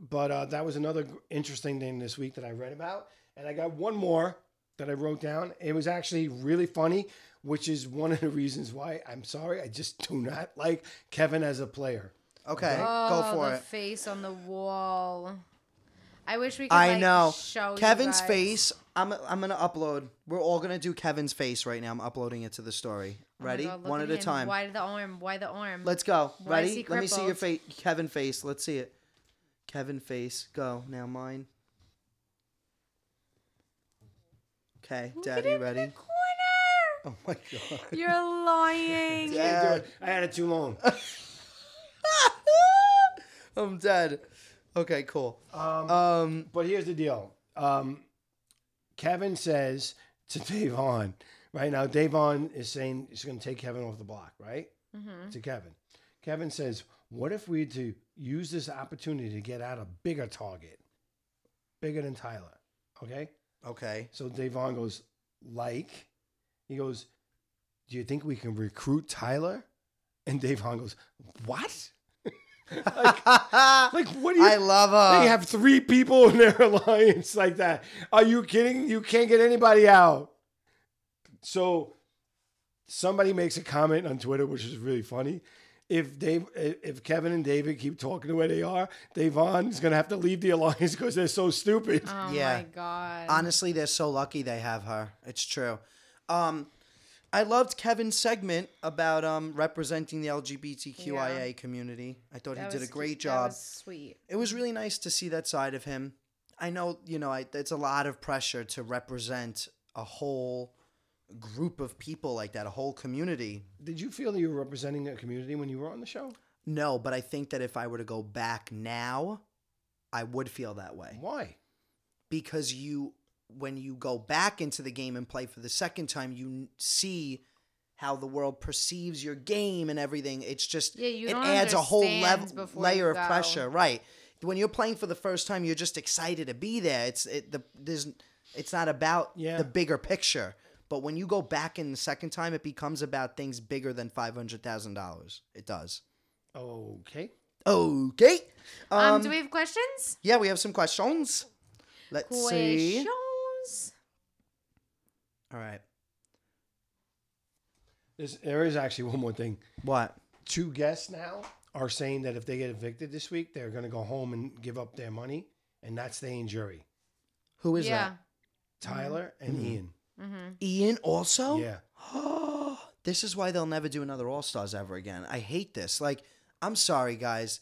But uh, that was another gr- interesting thing this week that I read about, and I got one more that I wrote down. It was actually really funny, which is one of the reasons why I'm sorry I just do not like Kevin as a player.
Okay,
Oh,
go for
the
it.
face on the wall. I wish we could.
I
like,
know.
Show you
Kevin's
guys.
face. I'm I'm gonna upload. We're all gonna do Kevin's face right now. I'm uploading it to the story.
Oh my
Ready?
God, look
One at a
him.
time.
Why the arm? Why the arm?
Let's go.
Why is
Ready?
he
Let me see your
crippled?
face. Kevin face. Let's see it. Kevin face. Go now. Mine. Okay, Daddy, ready?
corner.
Oh my god.
You're lying.
Yeah.
Dude, I had it too long.
I'm dead. Okay, cool.
Um,
Um,
But here's the deal. Um, Kevin says to Davon, right now, Davon is saying he's going to take Kevin off the block, right?
Mhm.
To Kevin. Kevin says, What if we to use this opportunity to get out a bigger target, bigger than Tyler? Okay.
okay.
So Davon goes, Like, he goes, Do you think we can recruit Tyler? And Davon goes, What? like, like, what do you
I love her.
they have three people in their alliance like that. Are you kidding? You can't get anybody out. So somebody makes a comment on Twitter, which is really funny. If Dave, if Kevin and David keep talking the way they are, Davon's gonna have to leave the alliance because they're so stupid.
Oh
Yeah.
my god.
Honestly, they're so lucky they have her. It's true. Um, I loved Kevin's segment about um, representing the LGBTQIA community. I thought
That
he did
was
a great
cute.
job.
That was sweet.
It was really nice to see that side of him. I know, you know, I, it's a lot of pressure to represent a whole group of people like that, a whole community.
Did you feel that you were representing a community when you were on the show?
No, but I think that if I were to go back now, I would feel that way.
Why?
because you when you go back into the game and play for the second time you n- see how the world perceives your game and everything it's just
Yeah, you
it
don't
adds a whole
understand
level
before
layer
you
of
go.
pressure right when you're playing for the first time you're just excited to be there it's it the there's it's not about
Yeah.
the bigger picture but when you go back in the second time it becomes about things bigger than $500,000 it does
Okay.
okay
Um,
um,
do we have questions?
yeah we have some questions let's see
Questions.
all right
There's, there is actually one more thing.
what
two guests now are saying that if they get evicted this week, they're going to go home and give up their money and not stay in jury.
Who is
Yeah. Mm-hmm.
Tyler and Ian.
that? Ian also?
Yeah.
this is why they'll never do another All Stars ever again. I hate this. Like, I'm sorry, guys.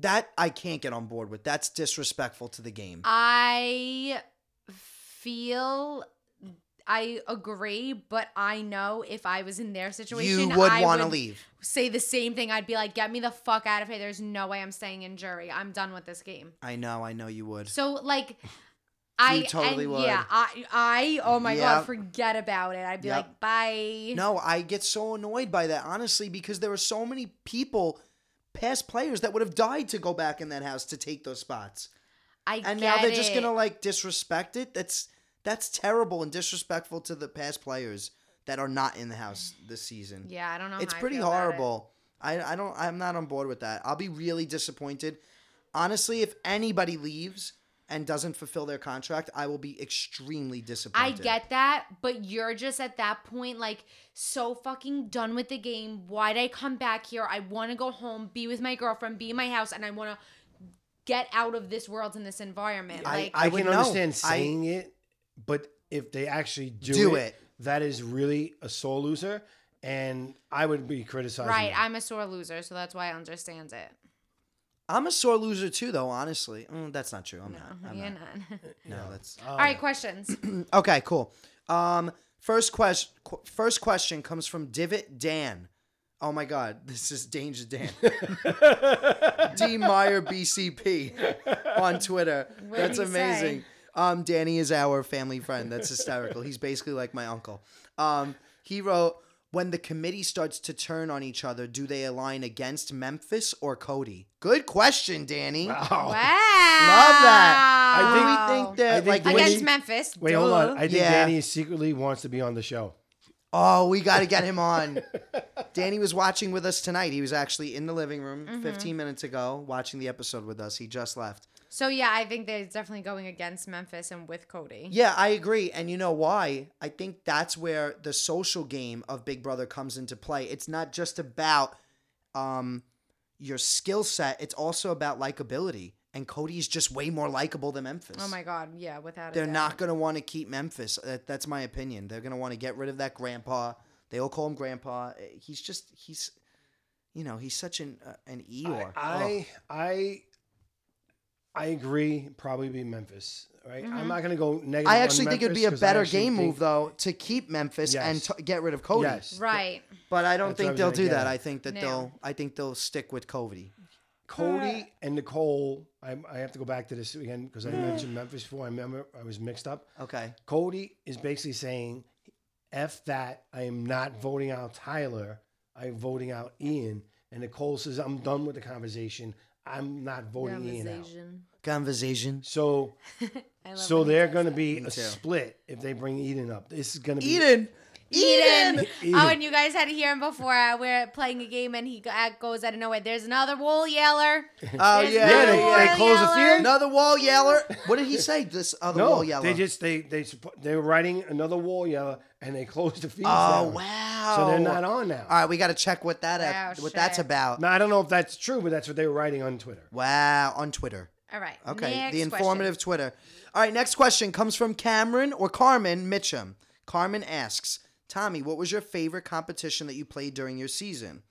That I can't get on board with. That's disrespectful to the game.
Uh, I feel I agree, but I know if I was in their
You
situation,
would
I
want to leave.
say the same thing. I'd be like, "Get me the fuck out of here. There's no way I'm staying in jury. I'm done with this game."
I know, I know you would.
So like I
totally
and,
would.
Yeah, I, I, oh my
Yep.
god, forget about it. I'd be
Yep.
like, bye.
No, I get so annoyed by that, honestly, because there are so many people, past players, that would have died to go back in that house to take those spots.
I get
And now they're just
it.
gonna like disrespect it. That's that's terrible and disrespectful to the past players that are not in the house this season.
Yeah, I don't know.
it's
how I
pretty
feel about it.
horrible. I, I don't I'm not on board with that. I'll be really disappointed. Honestly, if anybody leaves and doesn't fulfill their contract, I will be extremely disappointed.
I get that, but you're just at that point, like, so fucking done with the game. Why'd I come back here? I want to go home, be with my girlfriend, be in my house, and I want to get out of this world and this environment.
I-
like,
I,
would
can
know.
understand
I-
saying it, but if they actually do,
Do
it,
it.
that is really a soul loser, and I would be criticizing.
right,
them.
I'm a sore loser, so that's why I understand it.
I'm a sore loser too though, honestly. Mm, that's not true. I'm not.
No,
I'm
you're
not. Uh,
not.
No, Oh, that's
All right, questions.
Okay, cool. Um, first question. Qu- first question comes from Divot Dan. Oh my God, this is Danger Dan. D Meyer BCP on Twitter.
What
That's
did he say?
amazing. Um, Danny is our family friend. That's hysterical. He's basically like my uncle. Um, he wrote, "When the committee starts to turn on each other, do they align against Memphis or Cody?" Good question, Danny.
wow.
Wow.
Love that.
I think-
I think that
I think
like
when
against
he-
Memphis.
Wait, hold on.
duh.
I think
Yeah.
Danny secretly wants to be on the show.
Oh, we got to get him on. Danny was watching with us tonight. He was actually in the living room
Mm-hmm.
15 minutes ago watching the episode with us. He just left.
so yeah, I think they're definitely going against Memphis and with Cody.
Yeah, I agree. And you know why? I think that's where the social game of Big Brother comes into play. It's not just about um, your skill set, it's also about likability. And Cody's just way more likable than Memphis.
Oh my god, yeah, without a
They're
doubt.
not going to want to keep Memphis. That, that's my opinion. They're going to want to get rid of that grandpa. They all call him grandpa. Uh, He's just he's, you know, he's such an uh, an Eeyore.
I I I agree. Probably be Memphis. Right. I'm not gonna go negative.
Oh. I
on
actually think it'd be a
Memphis 'cause I
better
actually
game
think-
move though to keep Memphis
Yes.
and t- get rid of Cody.
Yes.
right.
But I don't
That's what I
think
was
they'll
gonna
do
get
that.
at.
I think that
No.
they'll I think they'll stick with Cody.
Cody and Nicole. I, I have to go back to this again because I mentioned Memphis before. I remember I was mixed up.
Okay.
Cody is basically saying, "F that! I am not voting out Tyler. I'm voting out Ian." And Nicole says, "I'm done with the conversation. I'm not voting Ian out."
Conversation.
So,
I love
so
when he
they're
does
going to
that.
be
Me
a
too.
split if they bring Eden up. This is going to be
Eden.
Eden.
Eden.
Oh, and you guys had to hear him before. Uh, we're playing a game, and he go- uh, goes out of nowhere. There's another wool yeller.
Oh yeah.
There's
Yeah,
another
they-
wall
they close the
yeller.
field.
Another wall yeller. What did he say? This other
No,
wall yeller.
they just they they suppo- they're writing another wall yeller and they close the field.
Oh
down.
wow.
So they're not on now.
All right, we got to check what that ap-
Oh,
what that's
shit.
about.
Now I don't know if that's true, but that's what they were writing on Twitter.
Wow, on Twitter.
All right.
Okay,
next
the informative
question.
Twitter. All right, next question comes from Cameron or Carmen Mitchum. Carmen asks, "Tommy, what was your favorite competition that you played during your season?"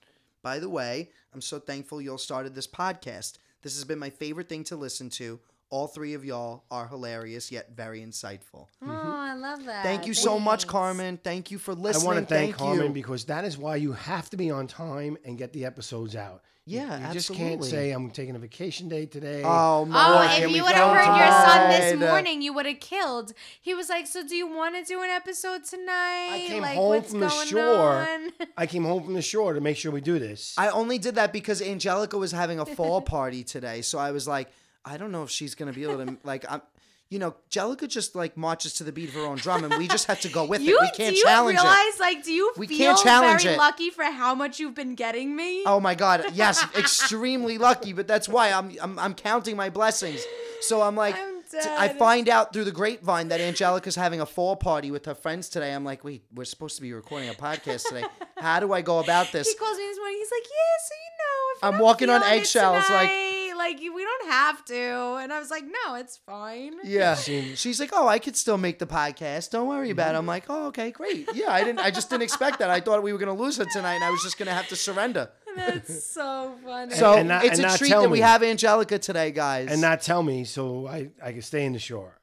By the way, I'm so thankful y'all started this podcast. This has been my favorite thing to listen to. All three of y'all are hilarious yet very insightful.
Oh, I love that.
Mm-hmm. Thank you so much,
Thanks.
Carmen. Thank you for
I
listening.
want to thank, Harmon
you.
because that is why you have to be on time and get the episodes out. You-
Yeah,
you, just can't
absolutely.
say I'm taking a vacation day today.
Oh
Oh,
my!
Can
if
we
you would have
go
heard your son this
tonight?
morning, you would have killed. He was like, "So, do you want to do an episode tonight?
I came
like,
home
what's
from the
going
shore.
on?"
I came home from the shore to make sure we do this.
I only did that because Angelica was having a fall party today, so I was like, I don't know if she's gonna be able to like I'm. You know, Angelica just like marches to the beat of her own drum, and we just have to go with
You
it. We can't
do you
challenge it.
realize, like, do you
We
feel
can't challenge
very
it.
lucky for how much you've been getting me?
Oh my God! Yes, extremely lucky, but that's why I'm I'm, I'm counting my blessings. So I'm like,
I'm
t- I
dead.
find out through the grapevine that Angelica's having a fall party with her friends today. I'm like, wait, we're supposed to be recording a podcast today. How do I go about this?
He calls me this morning. He's like, "Yeah, so you know, if you're
I'm
not
walking on
feeling it
eggshells, like-
tonight, like you- we don't have to." And I was like, "No, it's fine."
Yeah. She's like, oh, I could still make the podcast. Don't worry
Mm-hmm.
about it. I'm like, oh, okay, great. Yeah, I didn't. I just didn't expect that. I thought we were gonna lose her tonight, and I was just gonna have to surrender.
That's so funny.
So
and not-
it's
and
a
not
treat
tell
that we
me.
have Angelica today, guys.
and not tell me so I, I can stay in the shore.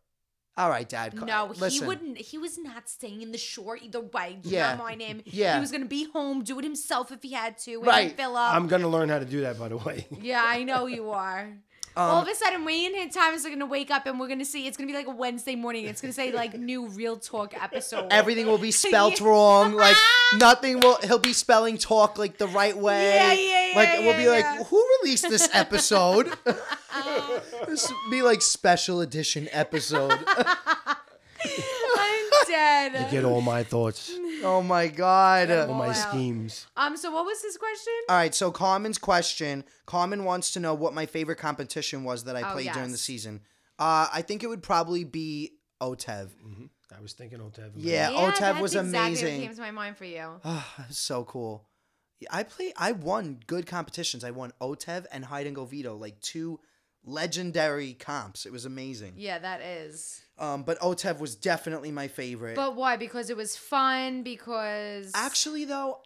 all right, Dad. c-
no,
listen.
he wouldn't. He was not staying in the shore either way. Do
Yeah.
not mind him.
Yeah.
he was gonna be home, do it himself if he had to. and
Right.
Fill up.
I'm gonna learn how to do that, by the way.
yeah, I know you are.
Um,
All of a sudden, we in here, Thomas are gonna wake up and we're gonna see. It's gonna be like a Wednesday morning. It's gonna say like new real talk episode.
Everything will be spelt
Yeah.
wrong. Like nothing will. He'll be spelling talk like the right way.
Yeah, yeah,
Like
yeah,
we'll be
yeah,
like,
yeah.
who released this episode? this would be like special edition episode.
I'm dead.
Get all my thoughts,
oh my god.
all
Wow.
my schemes.
Um. So what was his question?
All right, so Carmen's question. Carmen wants to know what my favorite competition was that I
Oh,
played during the
yes.
season. Uh, I think it would probably be OTEV.
I was thinking Old Tevin.
Yeah, OTEV
that's
Oh, was
Exactly what
amazing.
came to my mind for you.
Ah, so cool. I play. I won good competitions. I won OTEV and Hide and Go Veto, like two legendary comps. It was amazing.
Yeah, that is.
Um, but OTEV was definitely my favorite.
But why? Because it was fun. Because
Actually, though,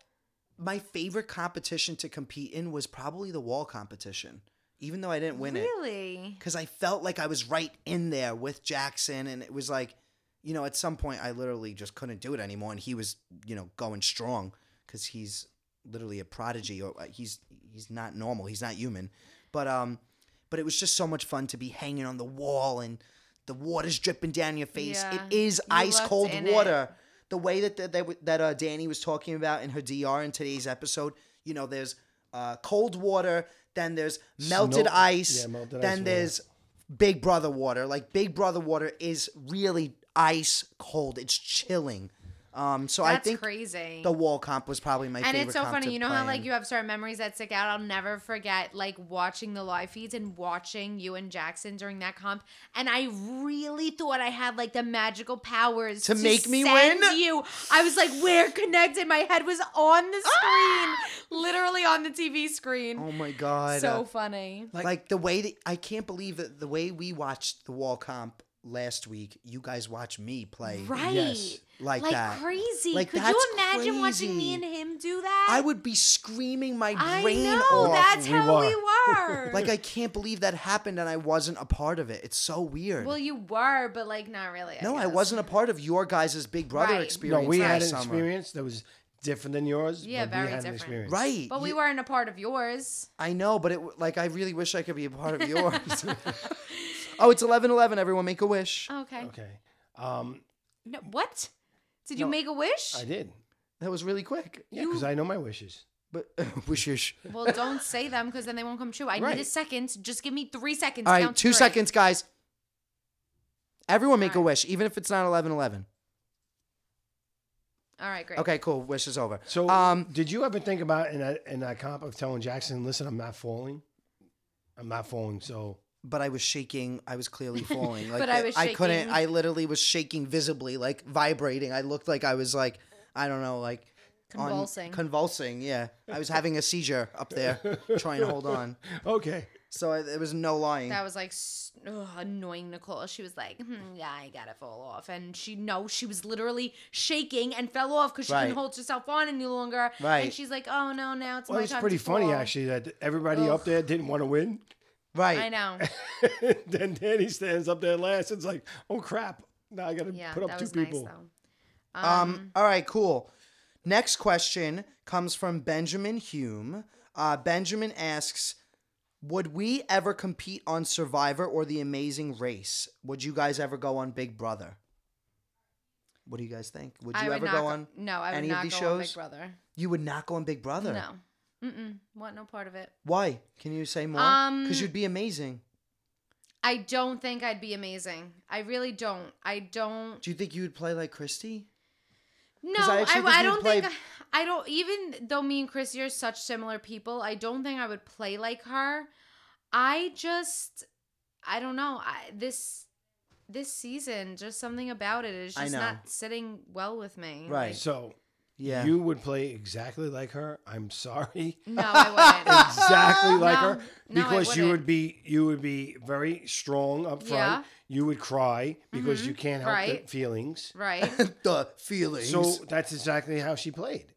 my favorite competition to compete in was probably the wall competition, even though I didn't win it.
really,
because I felt like I was right in there with Jackson, and it was like, you know, at some point I literally just couldn't do it anymore, and he was, you know, going strong because he's literally a prodigy, or uh, he's he's not normal, he's not human, but um, but it was just so much fun to be hanging on the wall and the water's dripping down your face.
Yeah.
It is
You
ice
looked
cold
in it.
water. The way that that that, that uh, Danny was talking about in her DR in today's episode, you know, there's uh, cold water, then there's melted
Snow-
ice,
yeah, melted ice
then
water.
there's Big Brother water. Like Big Brother water is really ice cold. It's chilling. Um, so I
that's
think
crazy.
the wall comp was probably my
and
favorite.
it's so
comp
funny.
to
You know
play
how like
in.
you have certain memories that stick out. I'll never forget like watching the live feeds and watching you and Jackson during that comp. And I really thought I had like the magical powers
To make me
send
win?
You, I was like, we're connected. My head was on the screen, literally on the TV screen.
Ah! Oh my god!
so
uh,
funny.
like, the way that I can't believe that the way we watched the wall comp last week, you guys watch me play.
Right.
yes,
like that.
crazy.
Like,
Could
that's
you imagine watching me and
crazy.
him do that?
I would be screaming my
I
brain
know.
off.
That's
We
how
were.
we were.
like I can't believe that happened and I wasn't a part of it. It's so weird.
well, you were, but like not really.
no, I
guess.
wasn't a part of your guys' Big Brother
Right. No,
experience.
No, we
last
had an
summer.
experience that was different than yours.
Yeah,
but
very
we had
different.
An experience.
Right.
But we
you-
weren't a part of yours.
I know, but it w- like I really wish I could be a part of yours. oh, it's eleven eleven. Everyone make a wish.
Okay.
Okay. Um,
No, what? Did you
No,
make a wish?
I did.
That was really quick.
Yeah, because
You-
I know my wishes.
But wish wish.
well, don't say them because then they won't come true. I need a
Right.
second. Just give me three seconds.
All right,
Count
two
three.
seconds, guys. Everyone make a
Alright.
wish, even if it's not eleven eleven.
All right, great.
Okay, cool. Wish is over.
So,
um,
did you ever think about in that in that comp of telling Jackson, "Listen, I'm not falling. I'm not falling." So
but I was shaking. I was clearly falling. Like
But I
the-
was
I couldn't.
shaking.
I literally was shaking visibly, like vibrating. I looked like I was like, I don't know, like on-
Convulsing.
convulsing. Yeah, I was having a seizure up there, trying to hold on.
okay,
So I, there was no lying.
That was like s- ugh, annoying Nicole. She was like, hmm, "Yeah, I gotta fall off," and she no, she was literally shaking and fell off because she
Right.
couldn't hold herself on any longer.
Right.
And she's like, "Oh no, now it's
well,
my
it's
time
pretty
to
funny
fall."
actually that everybody up there didn't want to win.
right.
I know.
then Danny stands up there last. It's like, oh crap! Now I got to
Yeah,
put up
that
two
was
people.
nice though.
Um, all right, cool. Next question comes from Benjamin Hume. Uh, Benjamin asks, would we ever compete on Survivor or The Amazing Race? Would you guys ever go on Big Brother? What do you guys think? Would you
I would
ever
not
go on?
No, I would
any of
not
these
go on Big
shows?
Brother.
You would not go on Big Brother.
No. Mm-mm. Want no part of it.
Why? Can you say more?
Um,
Because you'd be amazing.
I don't think I'd be amazing. I really don't. I don't.
Do you think you would play like Christy?
No,
'Cause I
I,
actually think
I,
you'd
don't
play-
think I, I don't even though me and Chrissy are such similar people, I don't think I would play like her. I just I don't know. I this this season, just something about it is
I
just
know.
not sitting well with me.
Right.
So
Yeah.
you would play exactly like her. I'm sorry.
Like, no, I wouldn't.
exactly like
No,
her
no, I
because you
wouldn't.
would be you would be very strong up front.
Yeah. Mm-hmm.
You would cry because you can't help
Right.
the feelings.
right.
the feelings.
So that's exactly how she played.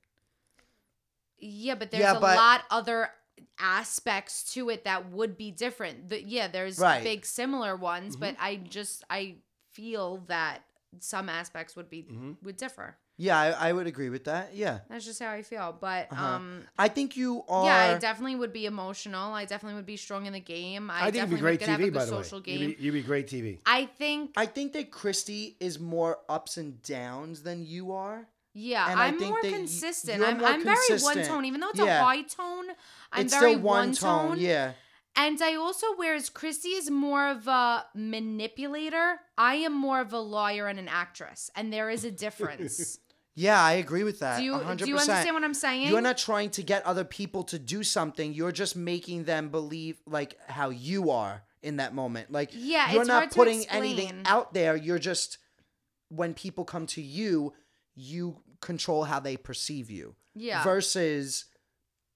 Yeah, but there's
Yeah,
a
but-
lot other aspects to it that would be different. The, yeah, there's
Right. Mm-hmm.
big similar
Mm. Mm-hmm.
ones, but I just I feel that some aspects would be would differ.
Yeah, I, I would agree with that. Yeah.
That's just how I feel. But
Uh-huh.
um,
I think you are.
yeah, I definitely would be emotional. I definitely would be strong in the game. I,
I, think it'd
definitely
be great
could have a
TV,
good
by the way.
social game.
You'd be, you'd be great TV.
I think
I think that Christy is more ups and downs than you are.
Yeah,
And I
I'm
think
more
that y-
consistent.
you're
I'm,
more
I'm very
consistent.
one tone, even though it's
Yeah.
a high tone. I'm
it's
very
still one tone. Yeah.
And I also, whereas Christy is more of a manipulator, I am more of a lawyer and an actress, and there is a difference.
Yeah, I agree with that.
do you
100%.
do you understand what I'm saying?
You're not trying to get other people to do something. You're just making them believe like how you are in that moment. Like
Yeah,
you're
it's
not
hard to
putting anything
explain.
out there. You're just when people come to you, you control how they perceive you.
yeah,
Versus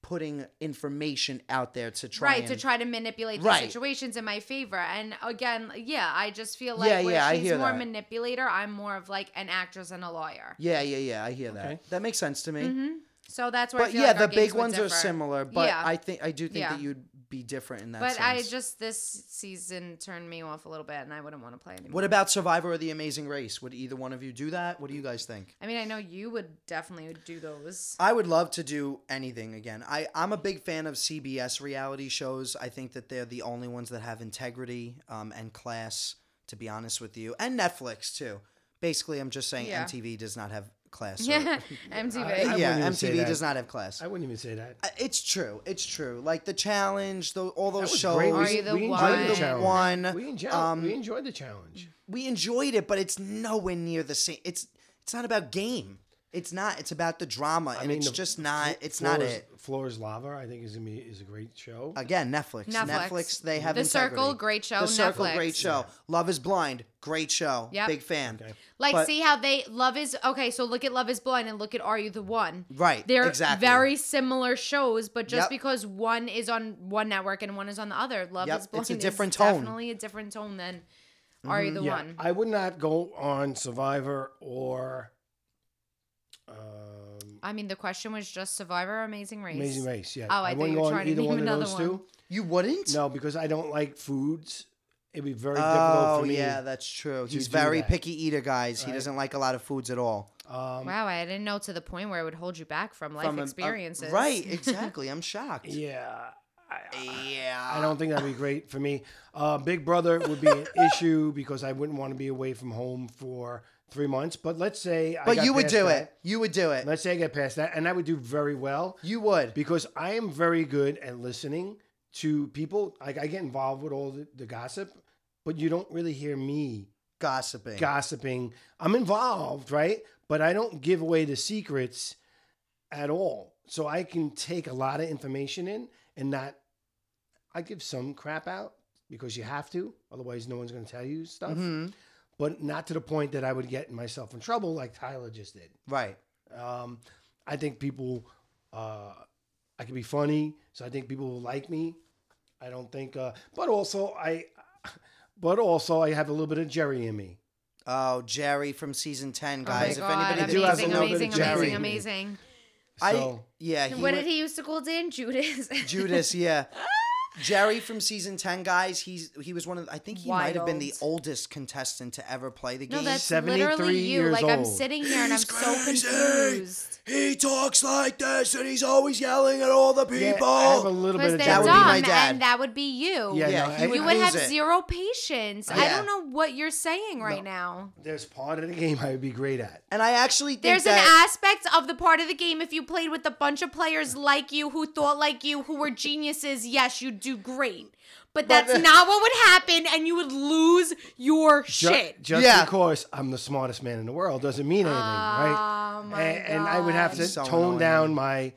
putting information out there to try
right
and,
to try to manipulate
Right.
the situations in my favor. And again, yeah, I just feel like
Yeah,
where
yeah, I
she's
hear
more
that.
manipulator, I'm more of like an actress and a lawyer.
Yeah, yeah, yeah. I hear that.
Okay.
That makes sense to me.
Mm-hmm. So that's where I
But
feel
yeah,
like our
the big
games would
ones are
differ.
similar. But
Yeah.
I think I do think
Yeah.
that you'd be different in that
But
sense.
I just this season turned me off a little bit, and I wouldn't want to play anymore.
What about Survivor or The Amazing Race? Would either one of you do that? What do you guys think?
I mean, I know you would definitely do those.
I would love to do anything again. I, I'm a big fan of CBS reality shows. I think that they're the only ones that have integrity um, and class, to be honest with you, and Netflix too. Basically, I'm just saying
Yeah.
MTV does not have class. or-
Yeah, MTV.
I
yeah,
wouldn't even say
MTV
that.
does not have class.
I wouldn't even say that.
I- uh, It's true. It's true. Like the challenge, the, all
That
those
was
shows.
great.
Are You the
we
One? Are
enjoyed
You
the
the
challenge.
One?
We enjoyed,
Um,
we enjoyed the challenge.
we enjoyed it, but it's nowhere near the same. It's it's not about game. It's not. It's about the drama, and it's
the
just not.
Flo-
It's not
Floor's-
it. Uh,
Floor's Lava, I think, is gonna be is a great show.
Again, Netflix. Netflix.
Netflix.
they have
The
integrity.
Circle, great show.
The Circle,
Netflix.
great show. Love is Blind, great show.
Yep.
Big fan.
Like,
But-
see how they Love is okay. So look at Love is Blind and look at Are You the One.
Right.
They're
exactly.
very similar shows, but just
Yep.
because one is on one network and one is on the other, Love
Yep,
is
it's a
Blind
different
is
tone. Mm-hmm.
definitely a different tone than Are You the
Yeah,
One.
I would not go on Survivor or um,
I mean, the question was just Survivor, or Amazing Race.
Amazing Race. Yeah,
Oh, I thought
wouldn't
you
go
were
on
trying to
either
name
one of
another
those
one.
two.
You wouldn't.
No, because I don't like foods. It'd be very difficult
Oh
for me.
yeah, that's true. He's
do
very
that.
picky eater, guys. He
Right.
doesn't like a lot of foods at all.
Um,
Wow, I didn't know to the point where it would hold you back from life
From a- a-
experiences.
right. Exactly. I'm shocked.
yeah. I,
Yeah.
I don't think that'd be great for me. Uh, Big Brother would be an issue because I wouldn't want to be away from home for three months. But let's say I
But
got
you would
past
do
that.
it. You would do it.
Let's say I get past that, and I would do very well.
You would.
because I am very good at listening to people. Like I get involved with all the, the gossip, but you don't really hear me
gossiping.
gossiping. I'm involved, right? But I don't give away the secrets at all. So I can take a lot of information in and not. I give some crap out because you have to, otherwise no one's going to tell you stuff.
Mhm.
But not to the point that I would get myself in trouble like Tyler just did.
Right.
Um, I think people, uh, I can be funny, so I think people will like me. I don't think, uh, but also I, but also I have a little bit of Jerry in me.
Oh, Jerry from season ten,
Oh my
guys.
God,
if anybody
amazing,
do have a
doesn't know
little bit
amazing,
that
of
Jerry,
amazing, amazing.
I
So
yeah, he
What
went-
did he used to call Dan? Judas.
Judas, yeah. Jerry from season ten, guys. He's he was one of the- I think he might have been the oldest contestant to ever play the
No,
game.
that's
73
literally you.
years
Like I'm
old.
sitting here and I'm
He's
so
crazy.
confused.
he talks like this, and he's always yelling at all the
yeah,
people.
I have a little
Because
bit of
they're
That
Jerry.
would
dumb,
be my dad.
and that would be you.
Yeah,
Yeah,
no,
he
I-
would
You would
lose
have
it.
zero patience. I
Yeah.
don't know what you're saying right now.
There's part of the game I would be great at.
and I actually think
There's an
that
aspect of the part of the game if you played with a bunch of players like you who thought like you who were geniuses, yes, you'd do great. But that's not what would happen and you would lose your
Ju-
shit.
Just
Yeah.
because I'm the smartest man in the world doesn't mean anything, right?
Oh,
And,
my
and I would have to
So
tone
annoying.
down my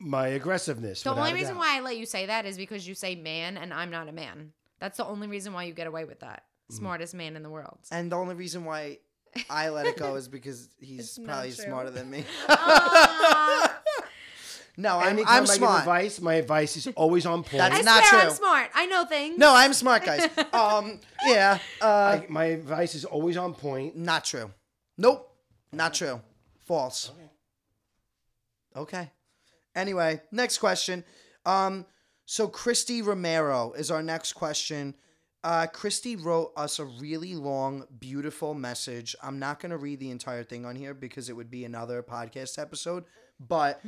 my aggressiveness.
The
without
only
a
reason
doubt.
why I let you say that is because you say man and I'm not a man. That's the only reason why you get away with that.
Mm.
Smartest man in the world.
and the only reason why I let it go is because he's
It's not
probably
true.
smarter than me.
Ah,
no, I'm,
Anytime
I'm
I give
smart.
advice, my advice is always on point.
I
That's not
swear I'm
true.
smart. I know things.
No, I'm smart, guys. Um, yeah, uh,
I, my advice is always on point.
not true. Nope, not true. False. Okay. Anyway, next question. Um, so Christy Romero is our next question. Uh, Christy wrote us a really long, beautiful message. I'm not going to read the entire thing on here because it would be another podcast episode, but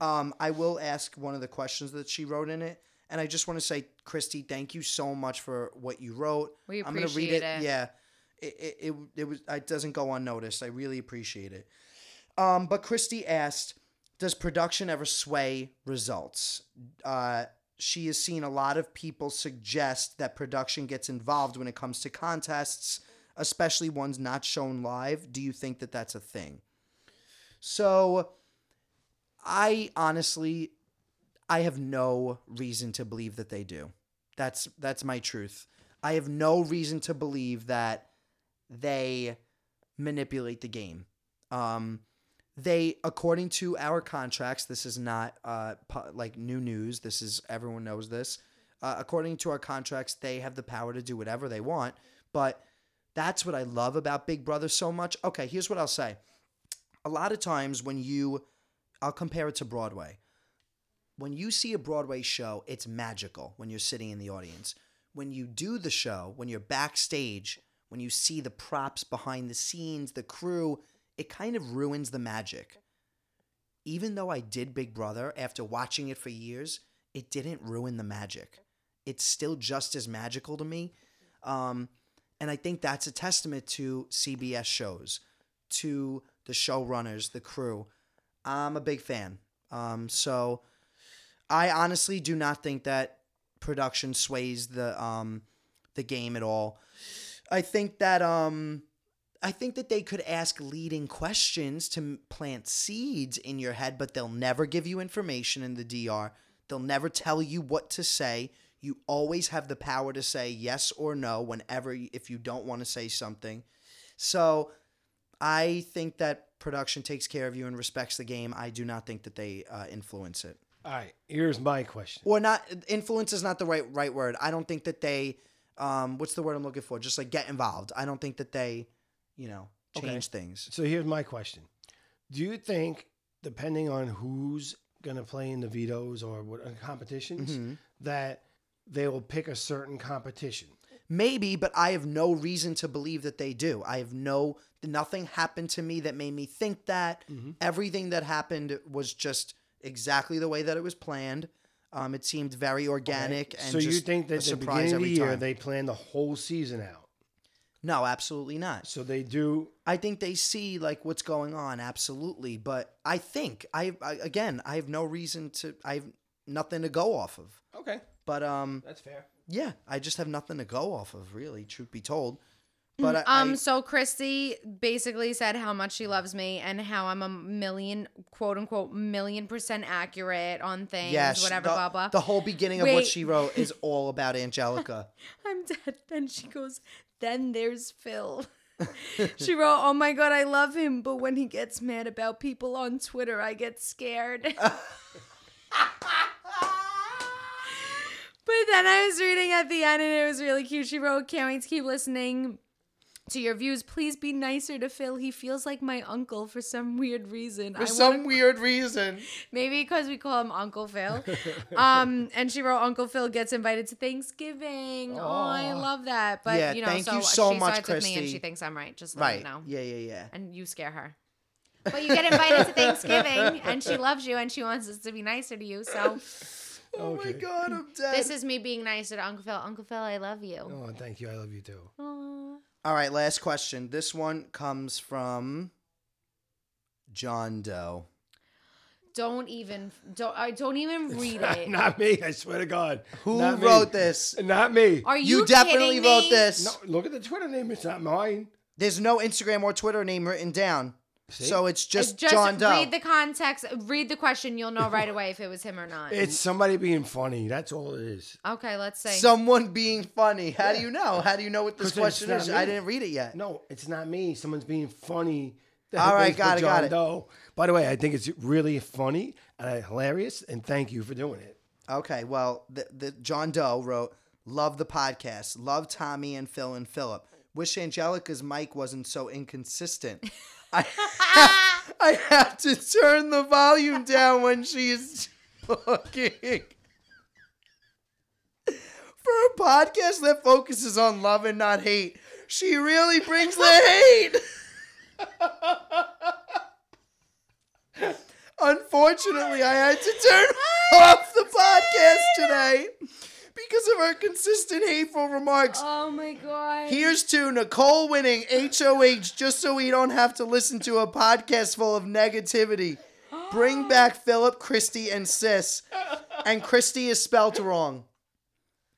um, I will ask one of the questions that she wrote in it. And I just want to say, Christy, thank you so much for what you wrote.
We
I'm gonna read
appreciate
it.
it.
Yeah, it it, it it was it doesn't go unnoticed. I really appreciate it. Um, but Christy asked, "Does production ever sway results?" Uh, she has seen a lot of people suggest that production gets involved when it comes to contests, especially ones not shown live. Do you think that that's a thing? So, I honestly, I have no reason to believe that they do. That's that's my truth. I have no reason to believe that they manipulate the game. Um, they, according to our contracts, this is not uh, pu- like new news. This is everyone knows this. Uh, according to our contracts, they have the power to do whatever they want. But that's what I love about Big Brother so much. Okay, here's what I'll say. A lot of times when you, I'll compare it to Broadway when you see a Broadway show, it's magical when you're sitting in the audience. When you do the show, when you're backstage, when you see the props behind the scenes, the crew, it kind of ruins the magic. Even though I did Big Brother after watching it for years, it didn't ruin the magic. It's still just as magical to me. Um, and I think that's a testament to CBS shows, to the showrunners, the crew. I'm a big fan. Um, so. I honestly do not think that production sways the um the game at all. I think that um I think that they could ask leading questions to m- plant seeds in your head, but they'll never give you information in the DR. They'll never tell you what to say. You always have the power to say yes or no whenever y- if you don't want to say something. So I think that production takes care of you and respects the game. I do not think that they uh, influence it
All right, here's my question.
or not influence is not the right right word. I don't think that they um what's the word I'm looking for? Just like get involved. I don't think that they, you know,
Okay.
change things.
So here's my question. Do you think, depending on who's going to play in the vetoes or what uh, competitions,
Mhm.
that they will pick a certain competition?
Maybe, but I have no reason to believe that they do. I have no nothing happened to me that made me think that.
Mm-hmm.
Everything that happened was just exactly the way that it was planned. Um, it seemed very organic and
so you
just
think
a
that the
surprise
beginning of the
every
year
time.
they plan the whole season out?
no, absolutely not.
So they do.
I think they see like what's going on, absolutely. But I think I, I again, I have no reason to. I have nothing to go off of.
Okay,
But um,
that's fair.
yeah, I just have nothing to go off of, really. Truth be told, but I,
Um,
I-
so Christy basically said how much she loves me and how I'm a million, quote unquote, million percent accurate on things,
yes,
whatever,
the,
blah, blah.
The whole beginning of what
Wait.
she wrote is all about Angelica.
I'm dead. Then she goes, Then there's Phil. she wrote, Oh my God, I love him, but when he gets mad about people on Twitter, I get scared. but then I was reading at the end and it was really cute. She wrote, Can't wait to keep listening. To your views, please be nicer to Phil. He feels like my uncle for some weird reason. I wanna
weird reason,
Maybe because we call him Uncle Phil. um, and she wrote Uncle Phil gets invited to Thanksgiving. Oh, I
Aw.
love that. But
Yeah,
you know,
thank
so,
you so
she
much,
sides with me and
Christy.
she thinks I'm right. Just let
right?
me know.
Yeah, yeah, yeah.
And you scare her. But you get invited to Thanksgiving and she loves you and she wants us to be nicer to you. So
Oh my
Okay.
god, I'm dead.
this is me being nicer to Uncle Phil. Uncle Phil, I love you.
Oh, thank you. I love you too.
Aw.
All right, last question. This one comes from John Doe.
Don't even don't I don't even read it.
Not me. I swear to God.
Who
Not me.
wrote this?
Not me.
Are
You,
you,
definitely
kidding
wrote
me?
this.
No, look at the Twitter name. It's not mine.
There's no Instagram or Twitter name written down.
See?
So it's just,
Just
John Doe.
read the context. Read the question. You'll know right away if it was him or not.
It's somebody being funny. That's all it is.
Okay, let's see.
Someone being funny. How do you know? How do you know what this
'Cause it's
question
not
is?
me.
I didn't read it yet.
No, it's not me. Someone's being funny.
All right,
Thanks for
got it, got
John
it.
Doe. By the way, I think it's really funny and hilarious, and thank you for doing it.
Okay, well, the, the John Doe wrote, "Love the podcast. Love Tommy and Phil and Philip. Wish Angelica's mic wasn't so inconsistent. I I have to turn the volume down when she's talking." For a podcast that focuses on love and not hate. She really brings the hate. Unfortunately, I had to turn off the podcast today because of her consistent hateful remarks.
Oh my god.
Here's to Nicole winning HOH just so we don't have to listen to a podcast full of negativity. Bring back Philip, Christie, and Sis. And Christie is spelled wrong.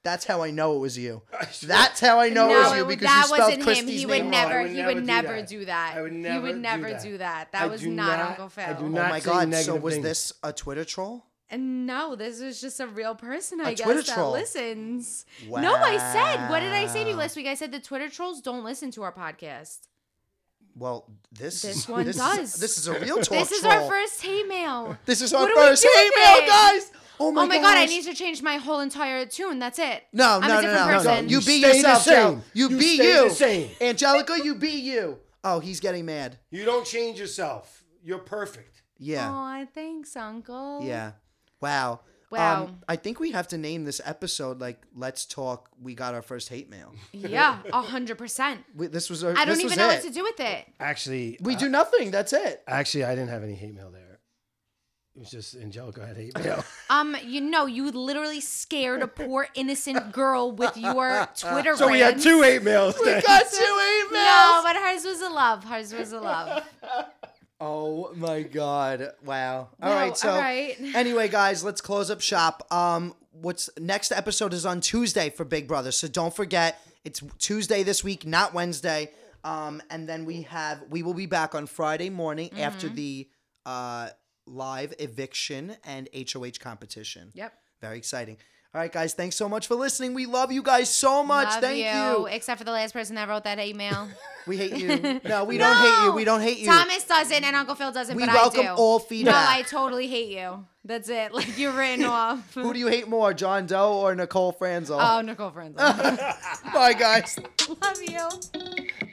That's how I know it was you. That's how I know it was you
it-
because
that
you spelled
wasn't him.
Christie's
He
name
would
wrong.
never.
I would
he would
never do
never
that.
do that.
I would
He
never
would
do
never
that.
do that.
I
That was
do
not,
not-
Uncle Phil.
I do
Oh
not
my
say
god! So
negative
was
things.
this a Twitter troll?
And no, this is just a real person, I
A
guess,
Twitter
that
troll.
listens. No, I said. What did I say to you
Wow.
last week? I said the Twitter trolls don't listen to our podcast.
Well, this
This
is-
one
this
does.
Is, this is a real talk
this is
troll.
our first hate mail.
This is
What
our
do we
first
do with
email,
it?
guys. Oh my,
Oh my god, I
gosh.
need to change my whole entire tune. That's it.
No,
I'm
no,
a
no,
different
no, no.
person.
You
You
be
stay the
yourself, Joe.
same.
You,
You
be
stay
you.
the same.
Angelica, you be you. Oh, he's getting mad.
You don't change yourself. You're perfect.
Yeah.
Oh, thanks, Uncle.
Yeah. Wow.
Wow.
Um, I think we have to name this episode like "Let's Talk." We got our first hate mail.
Yeah, a hundred percent.
We, this was. Our,
I don't
this was
even know
it.
what to do with it.
Actually,
We do nothing. That's it.
actually, I didn't have any hate mail there. It was just Angelica had hate mail.
Um, you know, you literally scared a poor innocent girl with your Twitter.
so we had
rants.
two hate mails.
We
then.
got two emails.
No, but hers was a love. Hers was a love.
Oh my god! Wow. All right.
No,
So
all right.
anyway, guys, let's close up shop. Um, what's next episode is on Tuesday for Big Brother, so don't forget it's Tuesday this week, not Wednesday. Um, and then we have we will be back on Friday morning
Mm-hmm.
after the uh live eviction and HOH competition.
Yep.
Very exciting. All right, guys, thanks so much for listening. We love you guys so much.
Love
Thank you.
Except for the last person that wrote that email.
We hate you. No, we don't hate you. We don't hate you.
Thomas doesn't, and Uncle Phil doesn't.
We
but
welcome
I do.
all
No,
feedback.
I totally hate you. That's it. Like you're written off.
Who do you hate more, John Doe
Um,
or Nicole Franzel?
oh, Nicole Friends. Love
Bye, guys.
you.